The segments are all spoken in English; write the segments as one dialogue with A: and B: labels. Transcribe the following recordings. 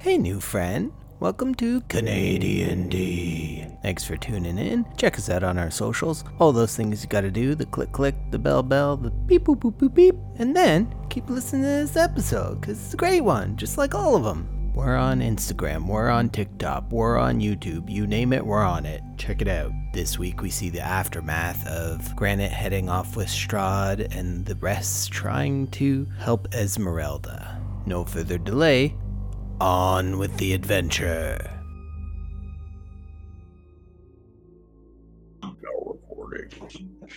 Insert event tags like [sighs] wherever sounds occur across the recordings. A: Hey, new friend. Welcome to Canadian D. Thanks for tuning in. Check us out on our socials. All those things you gotta do the click, click, the bell, bell, the beep, boop, boop, boop, beep. And then keep listening to this episode, because it's a great one, just like all of them. We're on Instagram, we're on TikTok, we're on YouTube, you name it, we're on it. Check it out. This week we see the aftermath of Granite heading off with Strahd and the rest trying to help Esmeralda. No further delay, on with the adventure.
B: All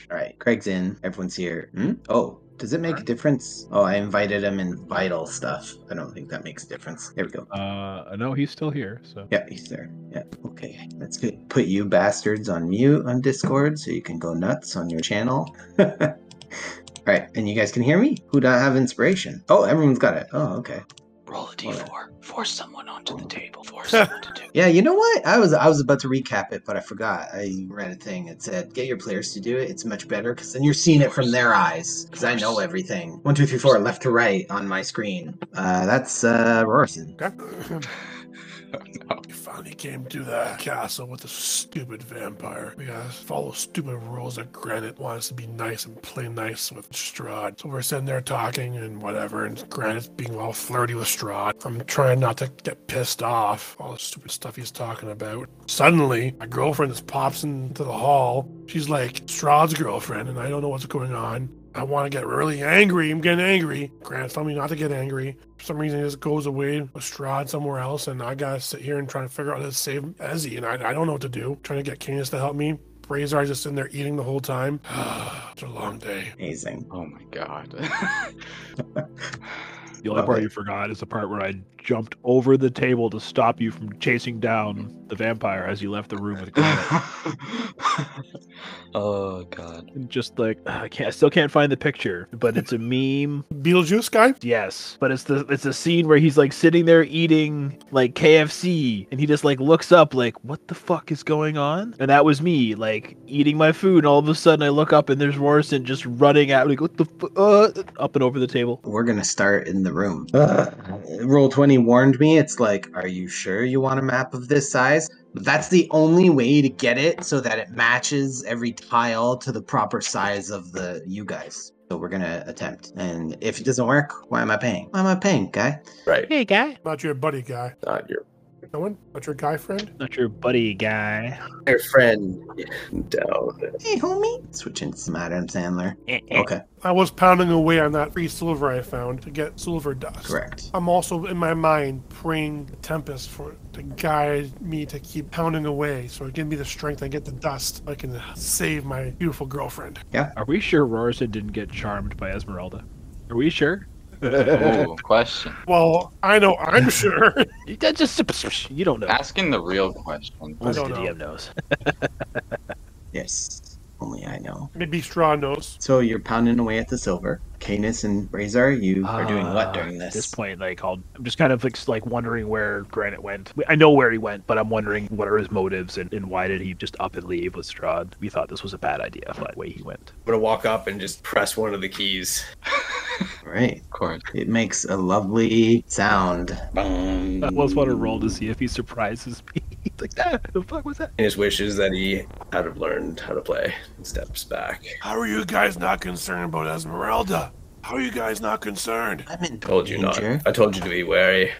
B: right, Craig's in. Everyone's here. Hmm? Oh, does it make a difference? Oh, I invited him in vital stuff. I don't think that makes a difference. There we go.
C: Uh, no, he's still here. So
B: Yeah, he's there. Yeah, okay. That's good. Put you bastards on mute on Discord so you can go nuts on your channel. [laughs] All right, and you guys can hear me? Who do I have inspiration? Oh, everyone's got it. Oh, okay.
D: Roll a
B: Hold on.
D: d4. Force someone onto the [laughs] table. Force someone to do.
B: Yeah, you know what? I was I was about to recap it, but I forgot. I read a thing. It said, "Get your players to do it. It's much better because then you're seeing it from their eyes. Because I know everything. One, two, three, four, left to right on my screen. Uh, that's uh, Rorson.
E: We finally came to that castle with the stupid vampire. We gotta follow stupid rules that Granite wants to be nice and play nice with Strahd. So we're sitting there talking and whatever, and Granite's being all flirty with Strahd. I'm trying not to get pissed off, all the stupid stuff he's talking about. Suddenly, my girlfriend just pops into the hall. She's like Strahd's girlfriend, and I don't know what's going on. I want to get really angry. I'm getting angry. Grant's telling me not to get angry. For some reason, it just goes away with Strahd somewhere else, and I gotta sit here and try to figure out how to save Ezzy, and I, I don't know what to do. Trying to get Canis to help me. Brazar's just in there eating the whole time. [sighs] it's a long day.
B: Amazing.
D: Oh my god.
C: the only part you forgot is the part where I jumped over the table to stop you from chasing down the vampire as you left the room with
D: [laughs]
C: Granite.
D: [laughs] oh god.
C: And Just like I can't, I still can't find the picture, but it's a meme.
E: Beetlejuice guy?
C: Yes, but it's the it's the scene where he's like sitting there eating like KFC, and he just like looks up like what the fuck is going on? And that was me like eating my food, and all of a sudden I look up and there's Morrison just running out like what the fu- uh, up and over the table.
B: We're gonna start in the room. Roll Uh, twenty warned me. It's like, are you sure you want a map of this size? But that's the only way to get it so that it matches every tile to the proper size of the you guys. So we're gonna attempt, and if it doesn't work, why am I paying? Why am I paying, guy?
F: Right.
C: Hey guy,
E: Not your buddy guy.
F: Not your
E: No one? Not your guy friend?
C: not your buddy guy.
F: your friend down.
B: Hey, homie. Switching to Adam Sandler. Okay,
E: I was pounding away on that free silver I found to get silver dust.
B: correct.
E: I'm also in my mind praying the tempest for to guide me to keep pounding away, so it give me the strength I get the dust. I can save my beautiful girlfriend.
C: Are we sure Rorison didn't get charmed by Esmeralda? Are we sure?
D: Ooh, question.
E: Well, I know I'm sure.
C: That just you don't know.
D: Asking the real question.
E: I don't
C: The
E: know.
C: DM knows.
B: Yes, only I know.
E: Maybe Straw knows.
B: So you're pounding away at the silver. Canis and Razor, you are doing what
F: Ah,
C: Uh,
B: during
C: At
B: this?
C: this point, like I'll, I'm just kind of like, s- like wondering where Granite went. I know where he went, but I'm wondering what are his motives and, and why did he just up and leave with Strahd? We thought this was a bad idea, but way he went.
F: I'm gonna walk up and just press one of the keys.
B: Right.
D: Of course.
B: It makes a lovely sound.
C: I was want to roll to see if he surprises me. [laughs] He's like, ah, the fuck was that?
F: And his wishes that he had have learned how to play. And steps back.
E: How are you guys not concerned about Esmeralda? How are you guys not concerned?
B: I'm in
F: Told you not.
B: danger.
F: I told you to be wary.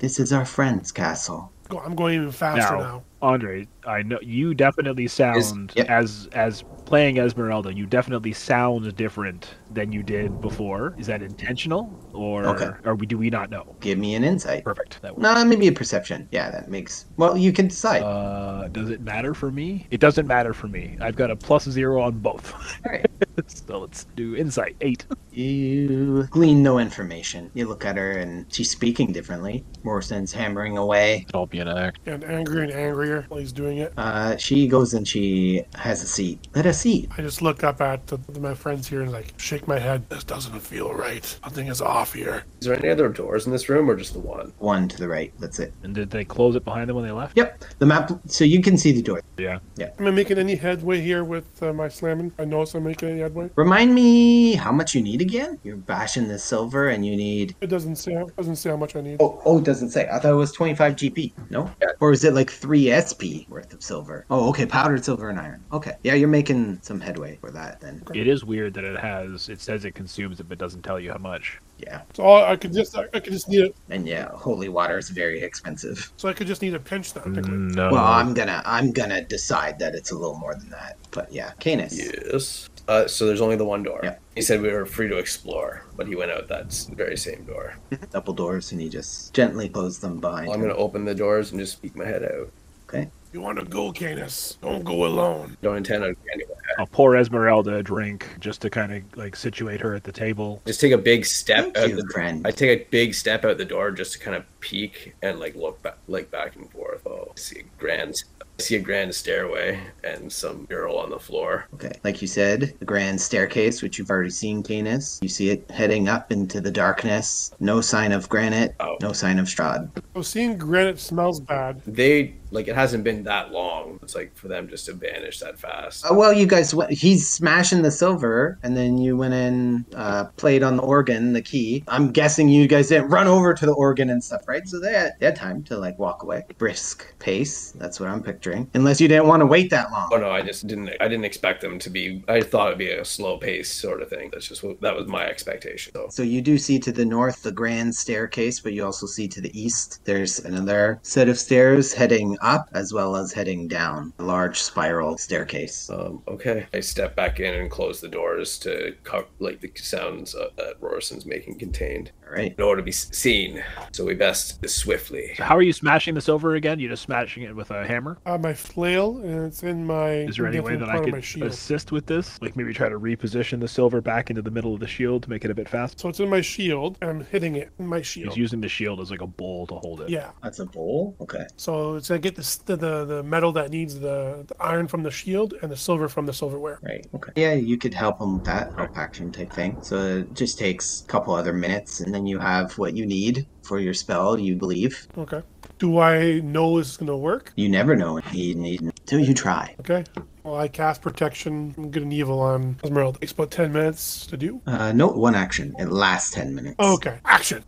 B: This is our friend's castle.
E: Go- I'm going even faster
C: No.
E: now.
C: Andre, I know you definitely sound
B: yep.
C: as as playing Esmeralda. You definitely sound different than you did before. Is that intentional, or
B: Okay.
C: or we do we not know?
B: Give me an insight.
C: Perfect. That works.
B: Nah, maybe a perception. Yeah, that makes. Well, you can decide.
C: Uh, does it matter for me? It doesn't matter for me. I've got a plus zero on both.
B: Alright.
C: [laughs] so let's do insight eight.
B: You glean no information. You look at her, and she's speaking differently. Morrison's hammering away.
C: I'll be an act.
E: And angrier and angrier while he's doing it.
B: Uh, she goes and she has a seat. Let us eat.
E: I just look up at the, my friends here and like shake my head. This doesn't feel right. Something is off here.
F: Is there any other doors in this room or just the one?
B: One to the right. That's it.
C: And did they close it behind them when they left?
B: Yep. The map. So you can see the door.
C: Yeah.
E: Am I making any headway here with uh, my slamming? I notice I'm making any other way?
B: Remind me how much you need again? You're bashing the silver and you need.
E: It doesn't say. It doesn't say how much I need.
B: Oh, oh, it doesn't say. I thought it was 25 GP. No?
F: Yeah.
B: Or is it like 3 SP worth of silver? Oh, okay. Powdered silver and iron. Okay. Yeah, you're making some headway for that then.
G: It is weird that it has. It says it consumes it, but doesn't tell you how much.
B: Yeah.
E: So all, I could just I, I could just need it.
B: And yeah, holy water is very expensive.
E: So I could just need a pinch now. technically.
C: Mm.
F: Uh-huh.
G: No.
B: Well, I'm gonna I'm gonna decide that it's a little more than that. But yeah, Canis.
F: Yes. Uh, so there's only the one door.
B: Yeah.
F: He said we were free to explore, but he went out that s- very same door.
B: Double doors, and he just gently closed them behind.
F: Well, I'm
B: him.
F: gonna open the doors and just peek my head out.
B: Okay.
E: You want to go, Canis? Don't go alone.
F: Don't intend on anywhere.
G: I'll pour Esmeralda a drink just to kind of like situate her at the table.
F: Just take a big step
B: Thank
F: out.
B: you,
F: the,
B: friend.
F: I take a big step out the door just to kind of peek and like look back, like back and forth. Oh, I see a grand, I see a grand stairway and some mural on the floor.
B: Okay. Like you said, the grand staircase, which you've already seen, Canis. You see it heading up into the darkness. No sign of granite.
F: Oh.
B: No sign of Strahd.
E: So seeing granite smells bad.
F: They like it hasn't been that long. It's like for them just to vanish that fast.
B: Uh, well, you guys went. He's smashing the silver, and then you went in, uh, played on the organ, the key. I'm guessing you guys didn't run over to the organ and stuff, right? So they had, they had time to like walk away, brisk pace. That's what I'm picturing. Unless you didn't want to wait that long.
F: Oh no, I just didn't. I didn't expect them to be. I thought it'd be a slow pace sort of thing. That's just what that was my expectation. So
B: So you do see to the north the grand staircase, but you also see to the east there's another set of stairs heading up as well as heading down. A large spiral staircase.
F: Um, okay. I step back in and close the doors to cover like the sounds uh, that Rorison's making contained
B: All right.
F: in order to be s- seen. So we best swiftly.
G: So how are you smashing the silver again? You just smashing it with a hammer?
E: Uh, my flail, and it's in my.
G: Is there any way
E: different
G: that I
E: part of
G: could
E: my shield.
G: assist with this? Like maybe try to reposition the silver back into the middle of the shield to make it a bit faster?
E: So it's in my shield, and I'm hitting it in my shield.
G: He's using the shield as like a bowl to hold it.
E: yeah.
B: That's a bowl? Okay.
E: So it's gonna get this, the, the the metal that needs the, the iron from the shield and the silver from the silverware.
B: Right. Okay. Yeah, you could help him with that help action type thing. So it just takes a couple other minutes and then you have what you need for your spell, you believe.
E: Okay. Do I know this is gonna work?
B: You never know what you need until you try.
E: Okay. Well, I cast protection, from good and evil on Esmeralda. Takes about ten minutes to do.
B: Uh, no, one action. It lasts 10 minutes.
E: Okay. Action.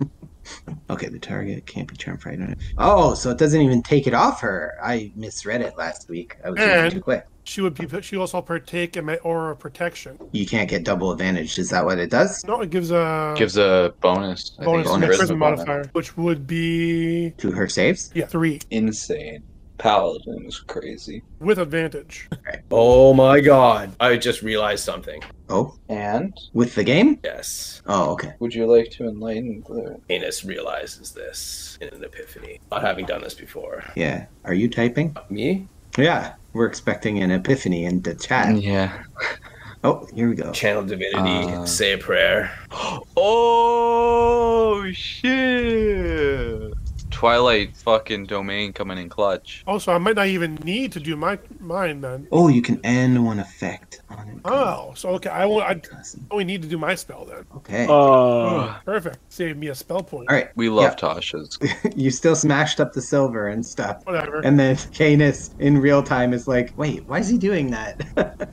B: Okay, the target can't be charmed frightened. Oh, so it doesn't even take it off her. I misread it last week. I was using
E: And-
B: too quick.
E: she would be. She also partake in my aura of protection.
B: You can't get double advantage. Is that what it does?
E: No, it gives a
D: Gives a bonus. I it's
E: bonus to my
B: bonus.
E: charisma
D: bonus.
E: modifier, which would be
B: To her saves?
E: yeah three
H: Insane. Paladin is crazy.
E: with advantage.
F: Oh my god! I just realized something.
B: Oh,
H: And
B: with the game?
F: Yes,
B: Oh, okay.
H: would you like to enlighten the
F: Anus realizes this in an epiphany. Not having done this before.
B: Yeah. Are you typing?
F: Me?
B: Yeah. We're expecting an epiphany in the chat.
D: Yeah.
B: Oh, here we go.
F: Channel divinity.
G: Ah.
D: Uh.
F: Say a prayer.
D: Oh shit! Twilight fucking domain coming in clutch.
E: Also, I might not even need to do my mine then.
B: Oh, you can end one effect on it.
F: Ah.
E: Oh, so okay, I won't. I
B: Cousin.
E: only need to do my spell then.
B: Okay. [laughs]
G: Oh,
E: Perfect. Save me a spell point.
B: All right.
D: We love
B: Yeah.
D: Tasha's.
B: You still smashed up the silver and stuff.
E: Whatever.
B: And then [laughs] Canis in real time is like, wait, why is he doing that?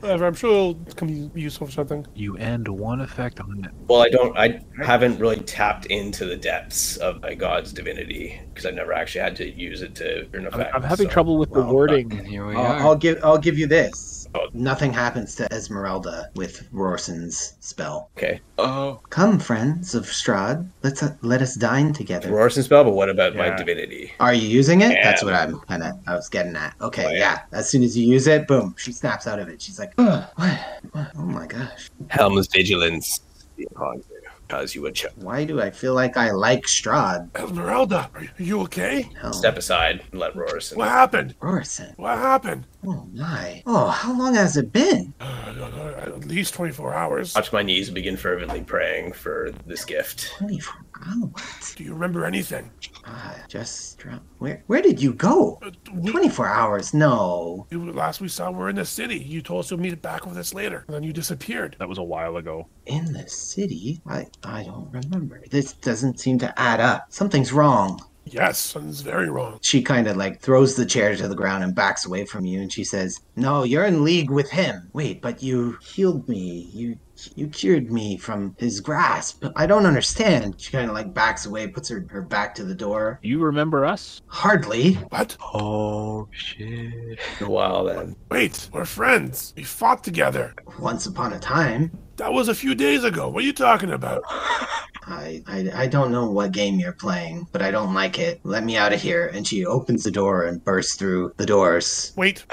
B: [laughs]
E: Whatever. I'm sure it'll come useful for something.
G: you end one effect on it.
F: Well, I don't. I haven't really tapped into the depths of my god's divinity because I've never actually had to use it to. earn
G: I'm,
F: effect,
G: I'm having
F: so-
G: trouble with the
F: Well,
D: And
E: uh,
G: wording.
D: here we
B: I'll,
D: are.
B: I'll give I'll give you this.
F: Oh.
B: Nothing happens to Esmeralda with Rorson's spell.
F: Okay.
D: Oh,
B: Come, friends of Strahd, let's let us dine together.
F: Rorson spell, but what about my
G: Yeah.
F: divinity?
B: Are you using it? That's
F: Yeah.
B: what I'm kind of I was getting at. Okay,
F: Oh,
B: yeah.
F: yeah.
B: As soon as you use it, boom, she snaps out of it. She's like, "Ugh, what? What? Oh my gosh,
F: Helm's vigilance be upon you, cause you would ch-
B: why do I feel like I like Strahd?
E: Esmeralda, are you okay?
B: Hell,
F: step aside and let Rorson.
E: What happened?
B: Rorson.
E: What happened?
B: Oh my. Oh, how long has it been?
E: Uh, at least 24 hours.
F: Watch my knees begin fervently praying for this gift.
B: Twenty-four hours.
E: Do you remember anything?
B: Ah, just Strahd. Where where did you go?
E: Uh, we-
B: Twenty-four hours? No.
E: you- last we saw, we we're in the city. You told us you'll meet back with us later, and then you disappeared.
G: That was a while ago.
B: in the city? I I don't remember. This doesn't seem to add up. Something's wrong.
I: Yes, something's very wrong.
B: She kind of like throws the chair to the ground and backs away from you, and she says, "No, you're in league with him. Wait, but you healed me. You you cured me from his grasp. I don't understand." She kind of like backs away, puts her, her back to the door.
C: You remember us?
B: Hardly.
I: What?
D: Oh shit.
F: Wow, then.
I: Wait, we're friends. We fought together.
B: Once upon a time.
I: That was a few days ago. What are you talking about?
B: I, I I don't know what game you're playing, but I don't like it. Let me out of here. And she opens the door and bursts through the doors.
I: Wait,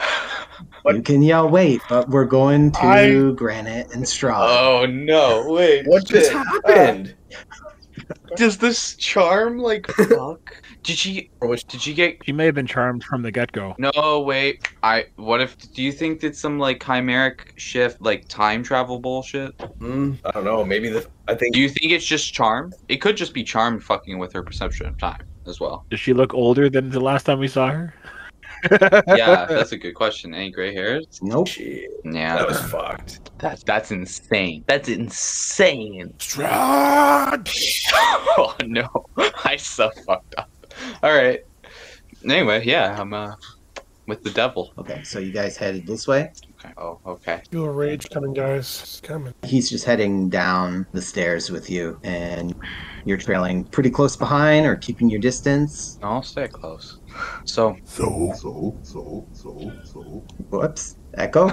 B: You can yell wait, but we're going to
E: I-
B: granite and straw.
D: Oh no! Wait,
F: [laughs] What just happened?
D: [laughs] does this charm
F: [laughs]
D: like fuck? Did she?
F: Or which-
D: Did she get?
C: She may have been charmed from the get go.
D: No, wait. I. What if? Do you think that some like chimeric shift, like time travel bullshit?
F: Hmm, I don't know. Maybe the. I think
D: Do you think it's just charm? It could just be charm fucking with her perception of time as well.
F: [laughs]
C: Does she look older than the last time we saw her?
D: Yeah, that's a good question. Any gray hairs?
B: Nope.
F: she.
D: Yeah,
F: That was fucked.
D: that's that's insane. That's insane.
I: Strahd!
D: [laughs] oh no, [laughs] I so fucked up. All right. Anyway, yeah, I'm uh with the devil.
B: Okay, so you guys headed this way.
D: Okay. Oh, okay.
I: Your rage coming, guys. It's coming.
B: He's just heading down the stairs with you, and you're trailing pretty close behind or keeping your distance.
D: I'll stay close. So,
I: So,
B: Whoops. Echo?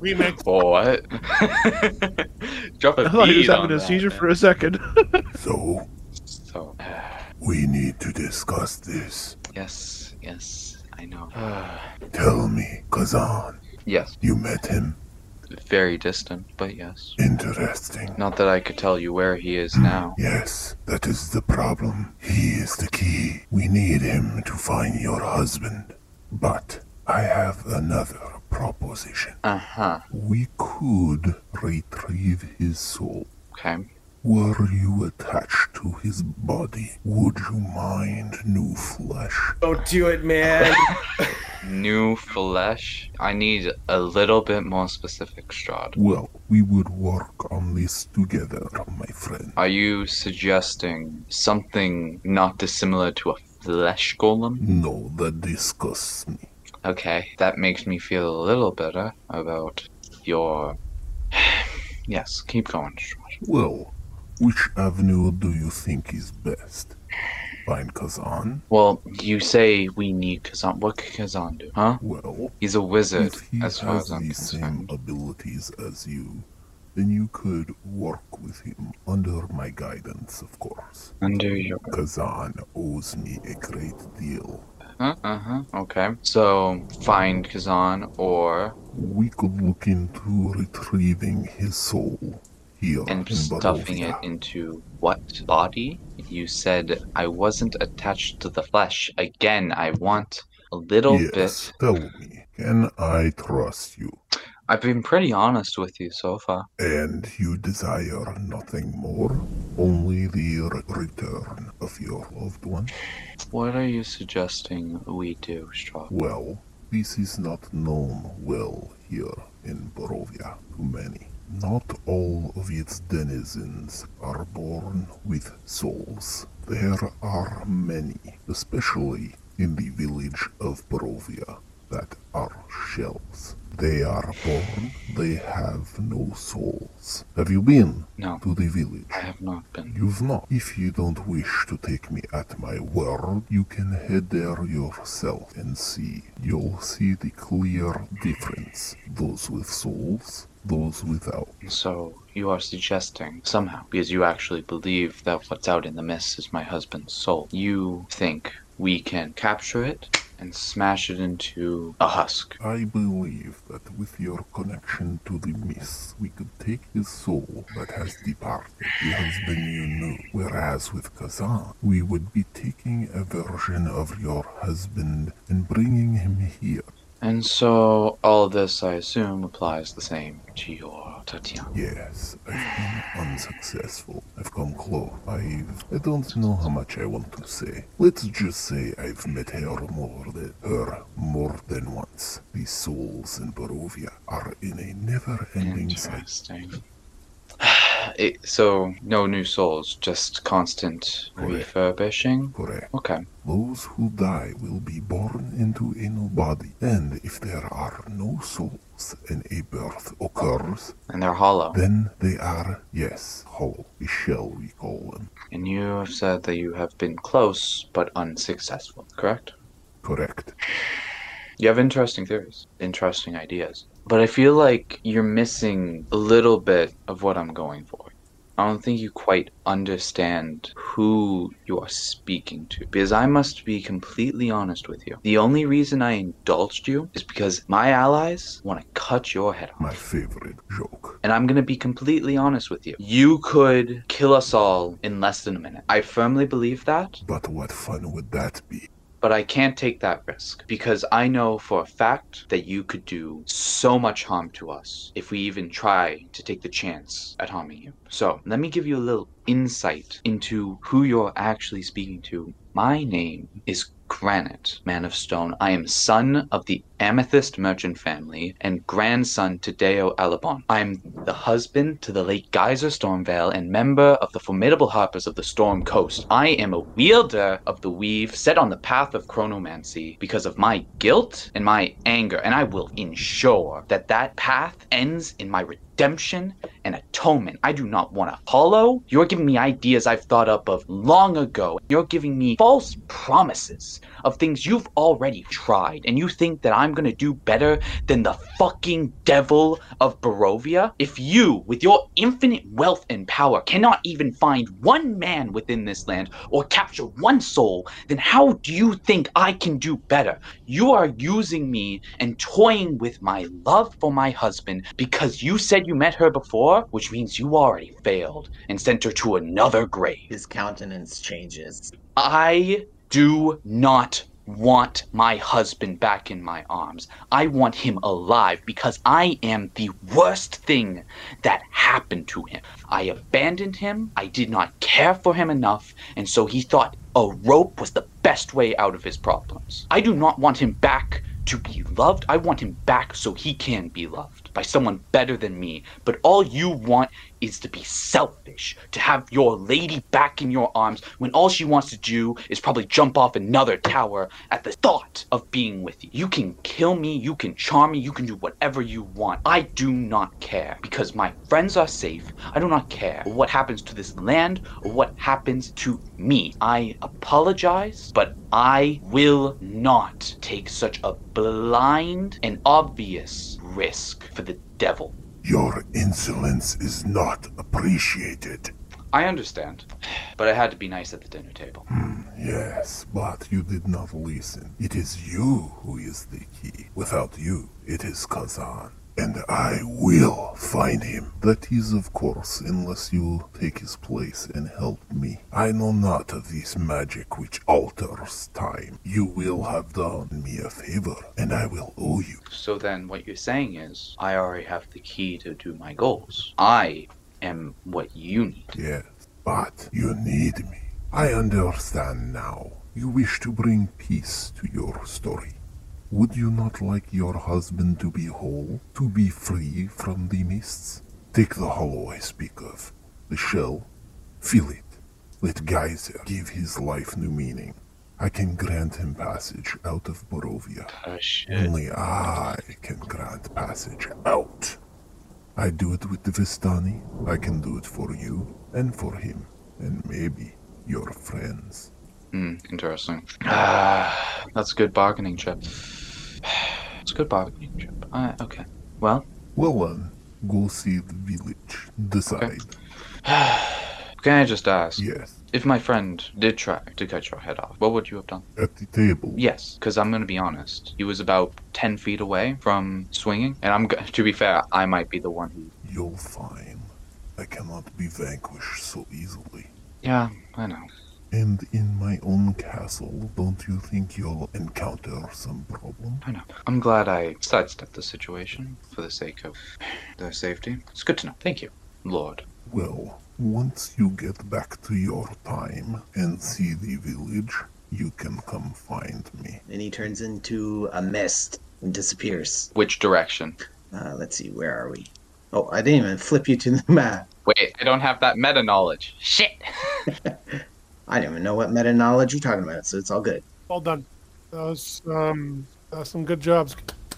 I: remix.
D: what? [laughs] Drop a
C: I thought he was
D: beat on
C: having a
D: that,
C: seizure
D: man.
C: for a second.
I: So,
D: So, uh,
I: we need to discuss this.
D: yes, yes, I know.
C: Uh.
I: Tell me, Kazan,
D: yes,
I: you met him.
D: very distant, but yes.
I: Interesting.
D: Not that I could tell you where he is now.
I: Yes, that is the problem. He is the key. We need him to find your husband. But I have another proposition.
D: Uh huh.
I: We could retrieve his soul.
D: Okay.
I: Were you attached to his body, would you mind new flesh?
F: Don't do it, man.
D: New flesh. I need a little bit more specific, Strahd.
I: Well, we would work on this together, my friend.
D: Are you suggesting something not dissimilar to a flesh golem?
I: No, that disgusts me.
D: Okay, that makes me feel a little better about your. [sighs] yes, keep going, Strahd.
I: Well, which avenue do you think is best? Find Kazan?
D: Well, you say we need Kazan. What could Kazan do? Huh?
I: Well,
D: He's a wizard,
I: if he
D: as far
I: has
D: as I'm
I: the same
D: concerned.
I: abilities as you, then you could work with him under my guidance, of course.
D: Under your.
I: Kazan owes me a great deal.
D: Huh? Uh huh. Okay. So, find Kazan or.
I: We could look into retrieving his soul here
D: and
I: in
D: stuffing it
I: Barovia.
D: into what body? You said I wasn't attached to the flesh. Again, I want a little bit.
I: yes, tell me, can I trust you?
D: I've been pretty honest with you so far.
I: And you desire nothing more, only the re- return of your loved one?
D: What are you suggesting we do, Straw?
I: Well, this is not known well here in Barovia to many. Not all of its denizens are born with souls. There are many, especially in the village of Barovia, that are shells. They are born, they have no souls. Have you been
D: No,
I: to the village?
D: I have not been.
I: You've not. If you don't wish to take me at my word, you can head there yourself and see. You'll see the clear difference. Those with souls, those without.
D: So you are suggesting somehow, because you actually believe that what's out in the mist is my husband's soul. You think we can capture it and smash it into a husk.
I: I believe that with your connection to the mist, we could take his soul that has departed, the husband you knew. Whereas with Kazan, we would be taking a version of your husband and bringing him here.
D: And so all this, I assume, applies the same to your Tatiana.
I: Yes, I've been unsuccessful. I've come close. I've. I don't know how much I want to say. Let's just say I've met her more than her more than once. The souls in Barovia are in a never-ending cycle.
D: Interesting. [sighs] It, so no new souls, just constant
I: Correct.
D: refurbishing.
I: Correct.
D: Okay.
I: Those who die will be born into a new body, and if there are no souls and a birth occurs,
D: And they're hollow.
I: then they are, yes, whole, a shell we call them.
D: And you have said that you have been close but unsuccessful, correct?
I: Correct.
D: You have interesting theories, interesting ideas. But I feel like you're missing a little bit of what I'm going for. I don't think you quite understand who you are speaking to. Because I must be completely honest with you. The only reason I indulged you is because my allies want to cut your head off.
I: My favorite joke.
D: And I'm going to be completely honest with you. You could kill us all in less than a minute. I firmly believe that,
I: But what fun would that be?
D: but I can't take that risk because I know for a fact that you could do so much harm to us if we even try to take the chance at harming you. So, let me give you a little insight into who you're actually speaking to. My name is Granite, man of stone. I am son of the Amethyst merchant family and grandson to Deo Alabon. I am the husband to the late Geyser Stormvale and member of the formidable harpers of the Storm Coast. I am a wielder of the weave set on the path of chronomancy because of my guilt and my anger, and I will ensure that that path ends in my redemption and atonement. I do not want to hollow. You're giving me ideas I've thought up of long ago. You're giving me false promises of things you've already tried, and you think that I'm gonna do better than the fucking devil of Barovia? If you, with your infinite wealth and power, cannot even find one man within this land or capture one soul, then how do you think I can do better? You are using me and toying with my love for my husband because you said you met her before, which means you already failed and sent her to another grave.
B: His countenance changes.
D: I do not want my husband back in my arms. I want him alive because I am the worst thing that happened to him. I abandoned him. I did not care for him enough, and so he thought a rope was the best way out of his problems. I do not want him back to be loved. I want him back so he can be loved by someone better than me. But all you want is to be selfish, to have your lady back in your arms when all she wants to do is probably jump off another tower at the thought of being with you. You can kill me, you can charm me, you can do whatever you want. I do not care because my friends are safe. I do not care what happens to this land or what happens to me. I apologize, but I will not take such a blind and obvious risk for the devil.
I: Your insolence is not appreciated.
D: I understand, but I had to be nice at the dinner table.
I: Yes, but you did not listen. It is you who is the key. Without you, it is Kazan. And I will find him. That is, of course, unless you take his place and help me. I know not of this magic which alters time. You will have done me a favor, and I will owe you.
D: So then, what you're saying is, I already have the key to do my goals. I am what you need.
I: Yes, but you need me. I understand now. You wish to bring peace to your story. Would you not like your husband to be whole, to be free from the mists? Take the hollow I speak of, the shell, fill it. Let Geyser give his life new meaning. I can grant him passage out of Borovia.
D: Oh, shit.
I: Only I can grant passage out. I do it with the Vistani. I can do it for you and for him and maybe your friends.
D: Hmm, interesting. [sighs] Ah, that's good bargaining chip. [sighs] It's good bargaining chip. Uh, okay. [sighs] Well,
I: Well then, go see the village. Decide.
D: can I just ask,
I: Yes,
D: if my friend did try to cut your head off, what would you have done?
I: at the table.
D: Yes, because I'm gonna be honest. He was about ten feet away from swinging, and I'm go- [laughs] to be fair, I might be the one who.
I: You'll find I cannot be vanquished so easily.
D: Yeah, I know.
I: And in my own castle, don't you think you'll encounter some problem?
D: I know. I'm glad I sidestepped the situation for the sake of [sighs] their safety. It's good to know. Thank you, Lord.
I: Well, once you get back to your time and see the village, you can come find me.
B: And he turns into a mist and disappears.
D: Which direction?
B: Uh, let's see, where are we? Oh, I didn't even flip you to the [laughs] map.
D: Wait, I don't have that meta knowledge. Shit.
B: I don't even know what meta knowledge you're talking about, so it's all good.
E: Well done. That was um, that's some good jobs.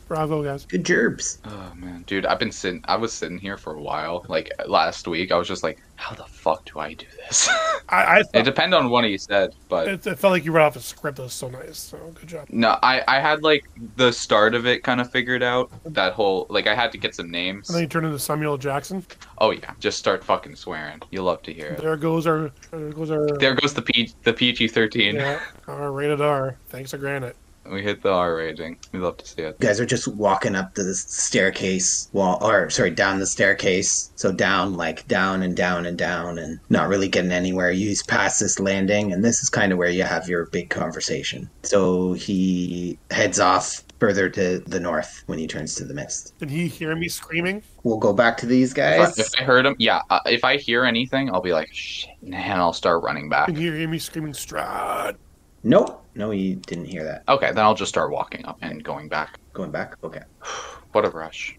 E: Bravo, guys.
B: Good gerbs.
D: Oh man, dude, I've been sitting. I was sitting here for a while. Like last week, I was just like, how the fuck do I do this? [laughs]
E: I, I
D: it
E: thought,
D: depended on what he said, but
E: it, it felt like you read off a script that was so nice. So good job.
D: No, I, I had like the start of it kind of figured out. That whole like I had to get some names.
E: And then you turn into Samuel L. Jackson.
D: Oh yeah, just start fucking swearing. You'll love to hear it.
E: There goes our, there goes our,
D: There goes the P the PG thirteen.
E: yeah, our rated R. Thanks to Granite.
D: [laughs] We hit the R rating. We love to see it.
B: You guys are just walking up the staircase wall, or sorry, down the staircase. So down, like down and down and down, and not really getting anywhere. You just pass this landing, and this is kind of where you have your big conversation. So he heads off further to the north when he turns to the mist.
E: Did he hear me screaming?
B: We'll go back to these guys.
D: If I heard him, yeah. Uh, if I hear anything, I'll be like, shit, and I'll start running back.
E: Did he hear me screaming Strahd?
B: Nope. No, he didn't hear that.
D: Okay, then I'll just start walking up and going back.
B: Going back? Okay. [laughs]
D: What a rush.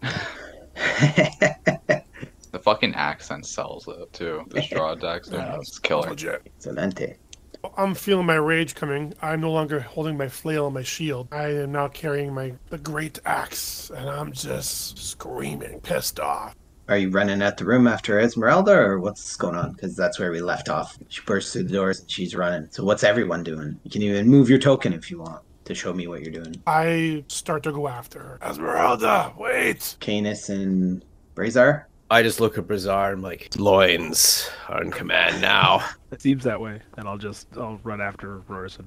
D: The fucking accent sells it too. The Strahd accent
E: Yeah,
D: is killer.
E: Legit.
B: Excelente.
E: I'm feeling my rage coming. I'm no longer holding my flail and my shield. I am now carrying my the great axe, and I'm just screaming, pissed off.
B: Are you running out the room after Esmeralda, or what's going on? Because that's where we left off. She bursts through the doors and she's running. So what's everyone doing? You can even move your token if you want to show me what you're doing.
E: I start to go after her. Esmeralda, wait!
B: Canis and Brazar.
F: [laughs] I just look at Brazar and I'm like, loins are in command now.
G: It seems that way, and I'll just I'll run after Rorison.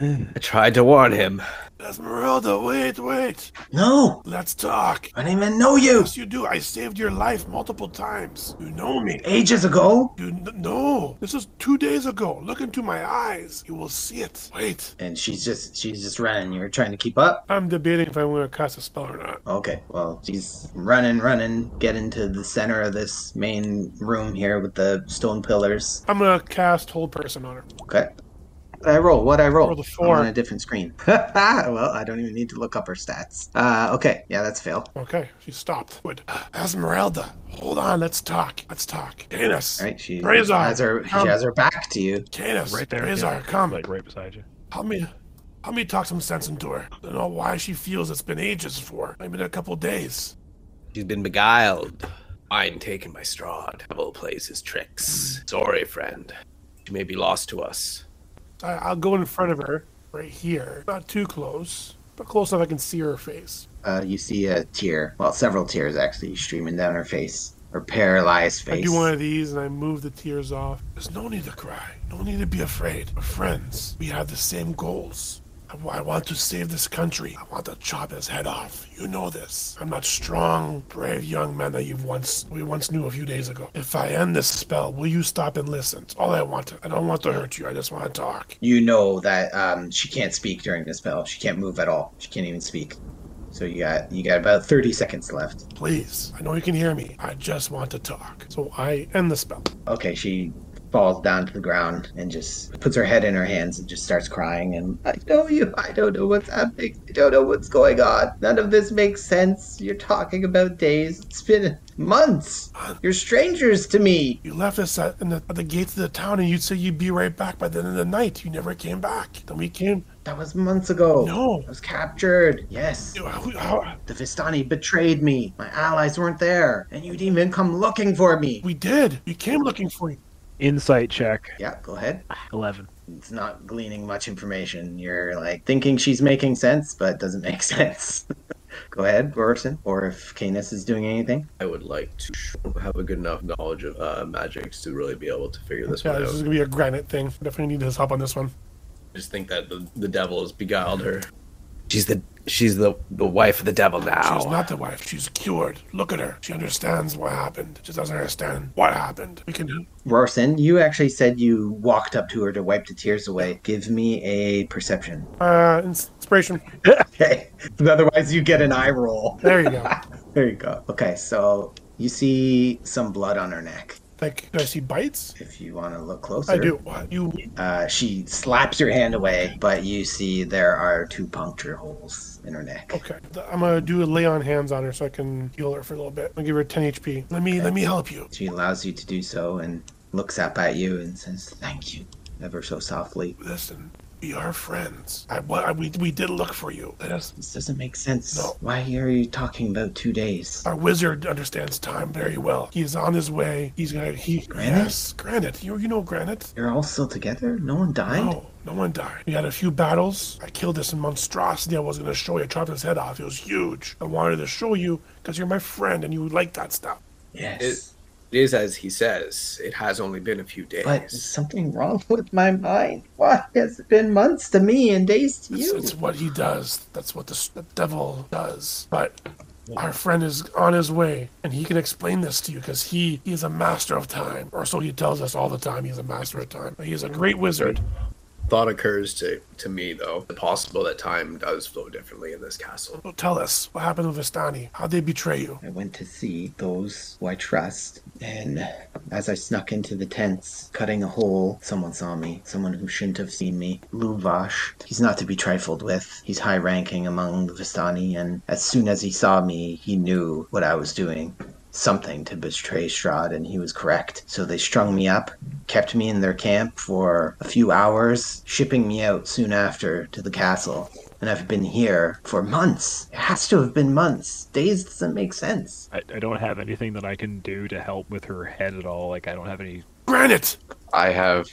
F: I tried to warn him.
E: Esmeralda, wait, wait!
B: No,
E: Let's talk.
B: I don't even know you.
E: Yes, you do. I saved your life multiple times. You know me.
B: Ages ago.
E: You kn- no. This is two days ago. Look into my eyes. You will see it. Wait.
B: And she's just she's just running. You're trying to keep up.
E: I'm debating if I'm going to cast a spell or not.
B: Okay, well she's running, running, get into the center of this main room here with the stone pillars.
E: I'm going to cast Hold Person on her.
B: Okay. What I roll? What I roll?
E: Rolled a four.
B: I'm on a different screen. [laughs] well, I don't even need to look up her stats. Uh, okay, yeah, that's fail.
E: Okay, she stopped. Good. Uh, Esmeralda, hold on. Let's talk. Let's talk. Canis.
B: All right, she
E: Brazar,
B: has her. She
E: come.
B: has her back to you.
E: Canis.
G: Right there,
E: Razor,
G: yeah.
E: come.
G: Like right beside you.
E: Help me. Help me talk some sense into her. I don't know why she feels it's been ages for. Maybe been a couple days.
F: She's been beguiled. Mine taken by Strahd. Devil plays his tricks. Sorry, friend. She may be lost to us.
E: I, I'll go in front of her, right here. Not too close, but close enough I can see her face.
B: Uh, you see a tear. Well, several tears actually streaming down her face. Her paralyzed face.
E: I do one of these and I move the tears off. There's no need to cry. No need to be afraid. We're friends. We have the same goals. I, wa- I want to save this country. I want to chop his head off. You know this. I'm not strong, brave young man that you've once we once knew a few days ago. If I end this spell, will you stop and listen? It's all I want. To, I don't want to hurt you. I just want to talk.
B: you know that um, she can't speak during this spell. She can't move at all. She can't even speak. So you got you got about thirty seconds left.
E: Please. I know you can hear me. I just want to talk. So I end the spell.
B: Okay, she falls down to the ground and just puts her head in her hands and just starts crying and I know you I don't know what's happening I don't know what's going on none of this makes sense you're talking about days it's been months you're strangers to me
E: You left us at, in the, at the gates of the town, and you said you'd be right back by the end of the night. You never came back. Then we came.
B: that was months ago
E: No.
B: I was captured yes
E: You- how- how-
B: the Vistani betrayed me my allies weren't there and you didn't even come looking for me
E: We did. You came looking for you.
G: Insight check
B: yeah go ahead
G: eleven.
B: it's not gleaning much information. You're like thinking she's making sense, but it doesn't make [laughs] sense. Go ahead, Orson, or if Canis is doing anything.
F: I would like to sh- have a good enough knowledge of uh, magics to really be able to figure this
E: Yeah,
F: one
E: this
F: out.
E: is gonna be a granite thing. Definitely need his help on this one.
F: I just think that the, the devil has beguiled her. She's the she's the, the wife of the devil now.
E: She's not the wife. She's cured. Look at her. She understands what happened. She doesn't understand what happened. We can.
B: Rorson, you actually said you walked up to her to wipe the tears away. Give me a perception. [laughs]
E: Uh, ins- inspiration.
B: Okay. Otherwise, you get an eye roll. [laughs]
E: There you go.
B: There you go. Okay, so you see some blood on her neck.
E: [laughs] Like, do I see bites?
B: If you want to look closer,
E: I do. You
B: Uh, she slaps your hand away, but you see there are two puncture holes in her neck.
E: okay? I'm gonna do a lay on hands on her so I can heal her for a little bit. I'll give her 10 HP. Let me let me help you.
B: She allows you to do so and looks up at you and says, "Thank you," ever so softly.
E: Listen, we are friends. I, wa- I we we did look for you. Let us.
B: This doesn't make sense.
E: No.
B: Why are you talking about two days?
E: Our wizard understands time very well. He is on his way. He's gonna. He
B: Granite?
E: yes, granite. You you know granite.
B: You're all still together? No one died?
E: No, no one died. We had a few battles. I killed this monstrosity I was going to show you. I chopped his head off. It was huge. I wanted to show you because you're my friend and you like that stuff.
B: Yes.
F: It- It is as he says. It has only been a few days.
B: but is something wrong [laughs] with my mind? Why has it been months to me and days to
E: It's,
B: you?
E: it's what he does. That's what the, s- the devil does. But our friend is on his way and he can explain this to you because he, he is a master of time. Or so he tells us all the time he's a master of time. He is a great wizard.
F: Thought occurs to, to me though, it's possible that time does flow differently in this castle.
E: So tell us what happened with Vistani. How'd they betray you?
B: I went to see those who I trust, and as I snuck into the tents, cutting a hole, someone saw me. Someone who shouldn't have seen me. Luvash. He's not to be trifled with. He's high ranking among the Vistani, and as soon as he saw me, he knew what I was doing. Something to betray Strahd, and he was correct. So they strung me up, kept me in their camp for a few hours, shipping me out soon after to the castle. And I've been here for months. It has to have been months. Days doesn't make sense.
C: I, I don't have anything that I can do to help with her head at all. Like I don't have any.
E: Granite!
D: I have.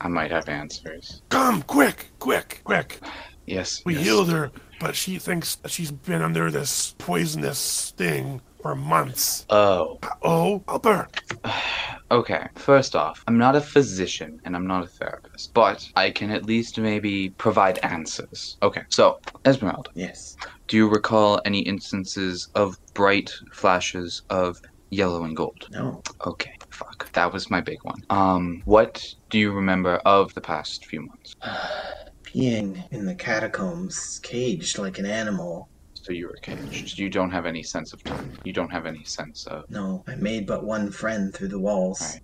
D: I might have answers.
E: Come, quick, quick, quick.
D: Yes.
E: We
D: yes.
E: healed her, but she thinks that she's been under this poisonous thing for months.
D: Oh.
E: Oh, Albert,
D: Okay. First off, I'm not a physician and I'm not a therapist, but I can at least maybe provide answers. Okay. So, Esmeralda,
B: Yes.
D: do you recall any instances of bright flashes of yellow and gold?
B: No.
D: Okay. Fuck. That was my big one. Um, what do you remember of the past few months?
B: Being in the catacombs, caged like an animal.
D: So you were caged. You don't have any sense of time. You don't have any sense of.
B: No, I made but one friend through the walls.
D: Right.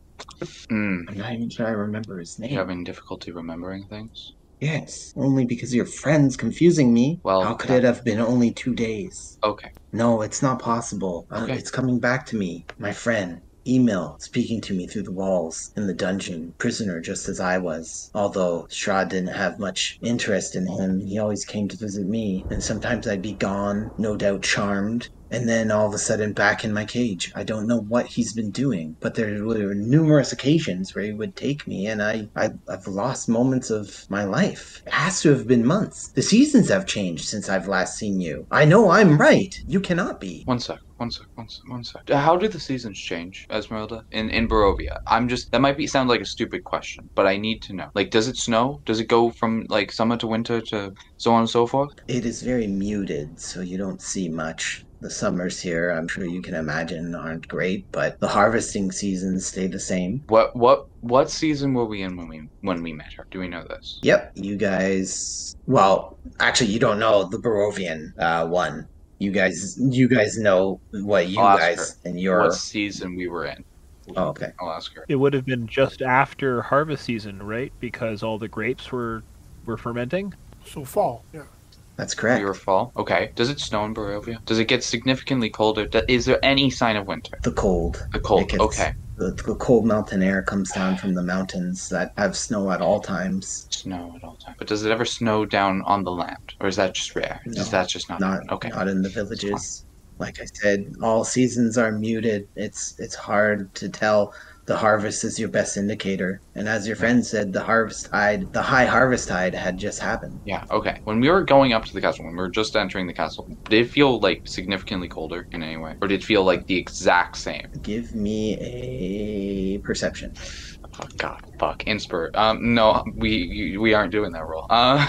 D: Mm.
B: I'm not even sure I remember his name.
D: You having difficulty remembering things?
B: Yes, only because your friend's confusing me.
D: Well,
B: how could
D: that-
B: it have been only two days?
D: Okay.
B: No, it's not possible. Uh,
D: Okay.
B: it's coming back to me. My friend, email, speaking to me through the walls in the dungeon, prisoner just as I was. Although Strahd didn't have much interest in him, he always came to visit me, and sometimes I'd be gone, no doubt charmed. And then all of a sudden, back in my cage. I don't know what he's been doing, but there were numerous occasions where he would take me, and I, I I've lost moments of my life. It has to have been months. The seasons have changed since I've last seen you. I know I'm right. You cannot be.
D: One sec, one sec, one sec, one sec. How do the seasons change, Esmeralda? In in Barovia, I'm just that might be sound like a stupid question, but I need to know. Like, does it snow? Does it go from like summer to winter to so on and so forth?
B: It is very muted, so you don't see much. The summers here, I'm sure you can imagine, aren't great, but the harvesting seasons stay the same.
D: What what what season were we in when we when we met her? Do we know this?
B: Yep, you guys. Well, actually, you don't know the Barovian uh, one. You guys, you guys know what you
D: I'll ask
B: guys and your.
D: What season we were in?
B: Oh, okay.
D: I'll ask her.
C: It would have been just after harvest season, right? Because all the grapes were were fermenting.
E: so fall. Yeah.
B: That's
D: We
B: correct.
D: were fall. Okay. Does it snow in Barovia? Does it get significantly colder? Do- Is there any sign of winter?
B: The cold.
D: The cold.
B: It gets-
D: Okay.
B: The, the cold mountain air comes down from the mountains that have snow at all times.
D: Snow at all times. But does it ever snow down on the land, or is that just rare?
B: No,
D: Is that just not?
B: Not
D: okay.
B: not in the villages. Like I said, all seasons are muted. It's it's hard to tell. The harvest is your best indicator. And as your friend said, the harvest tide, the high harvest tide had just happened.
D: Yeah, okay. When we were going up to the castle, when we were just entering the castle, did it feel like significantly colder in any way? Or did it feel like the exact same?
B: Give me a perception.
D: Oh, God, fuck. Inspir. Um, no, we you- we aren't doing that roll. Uh,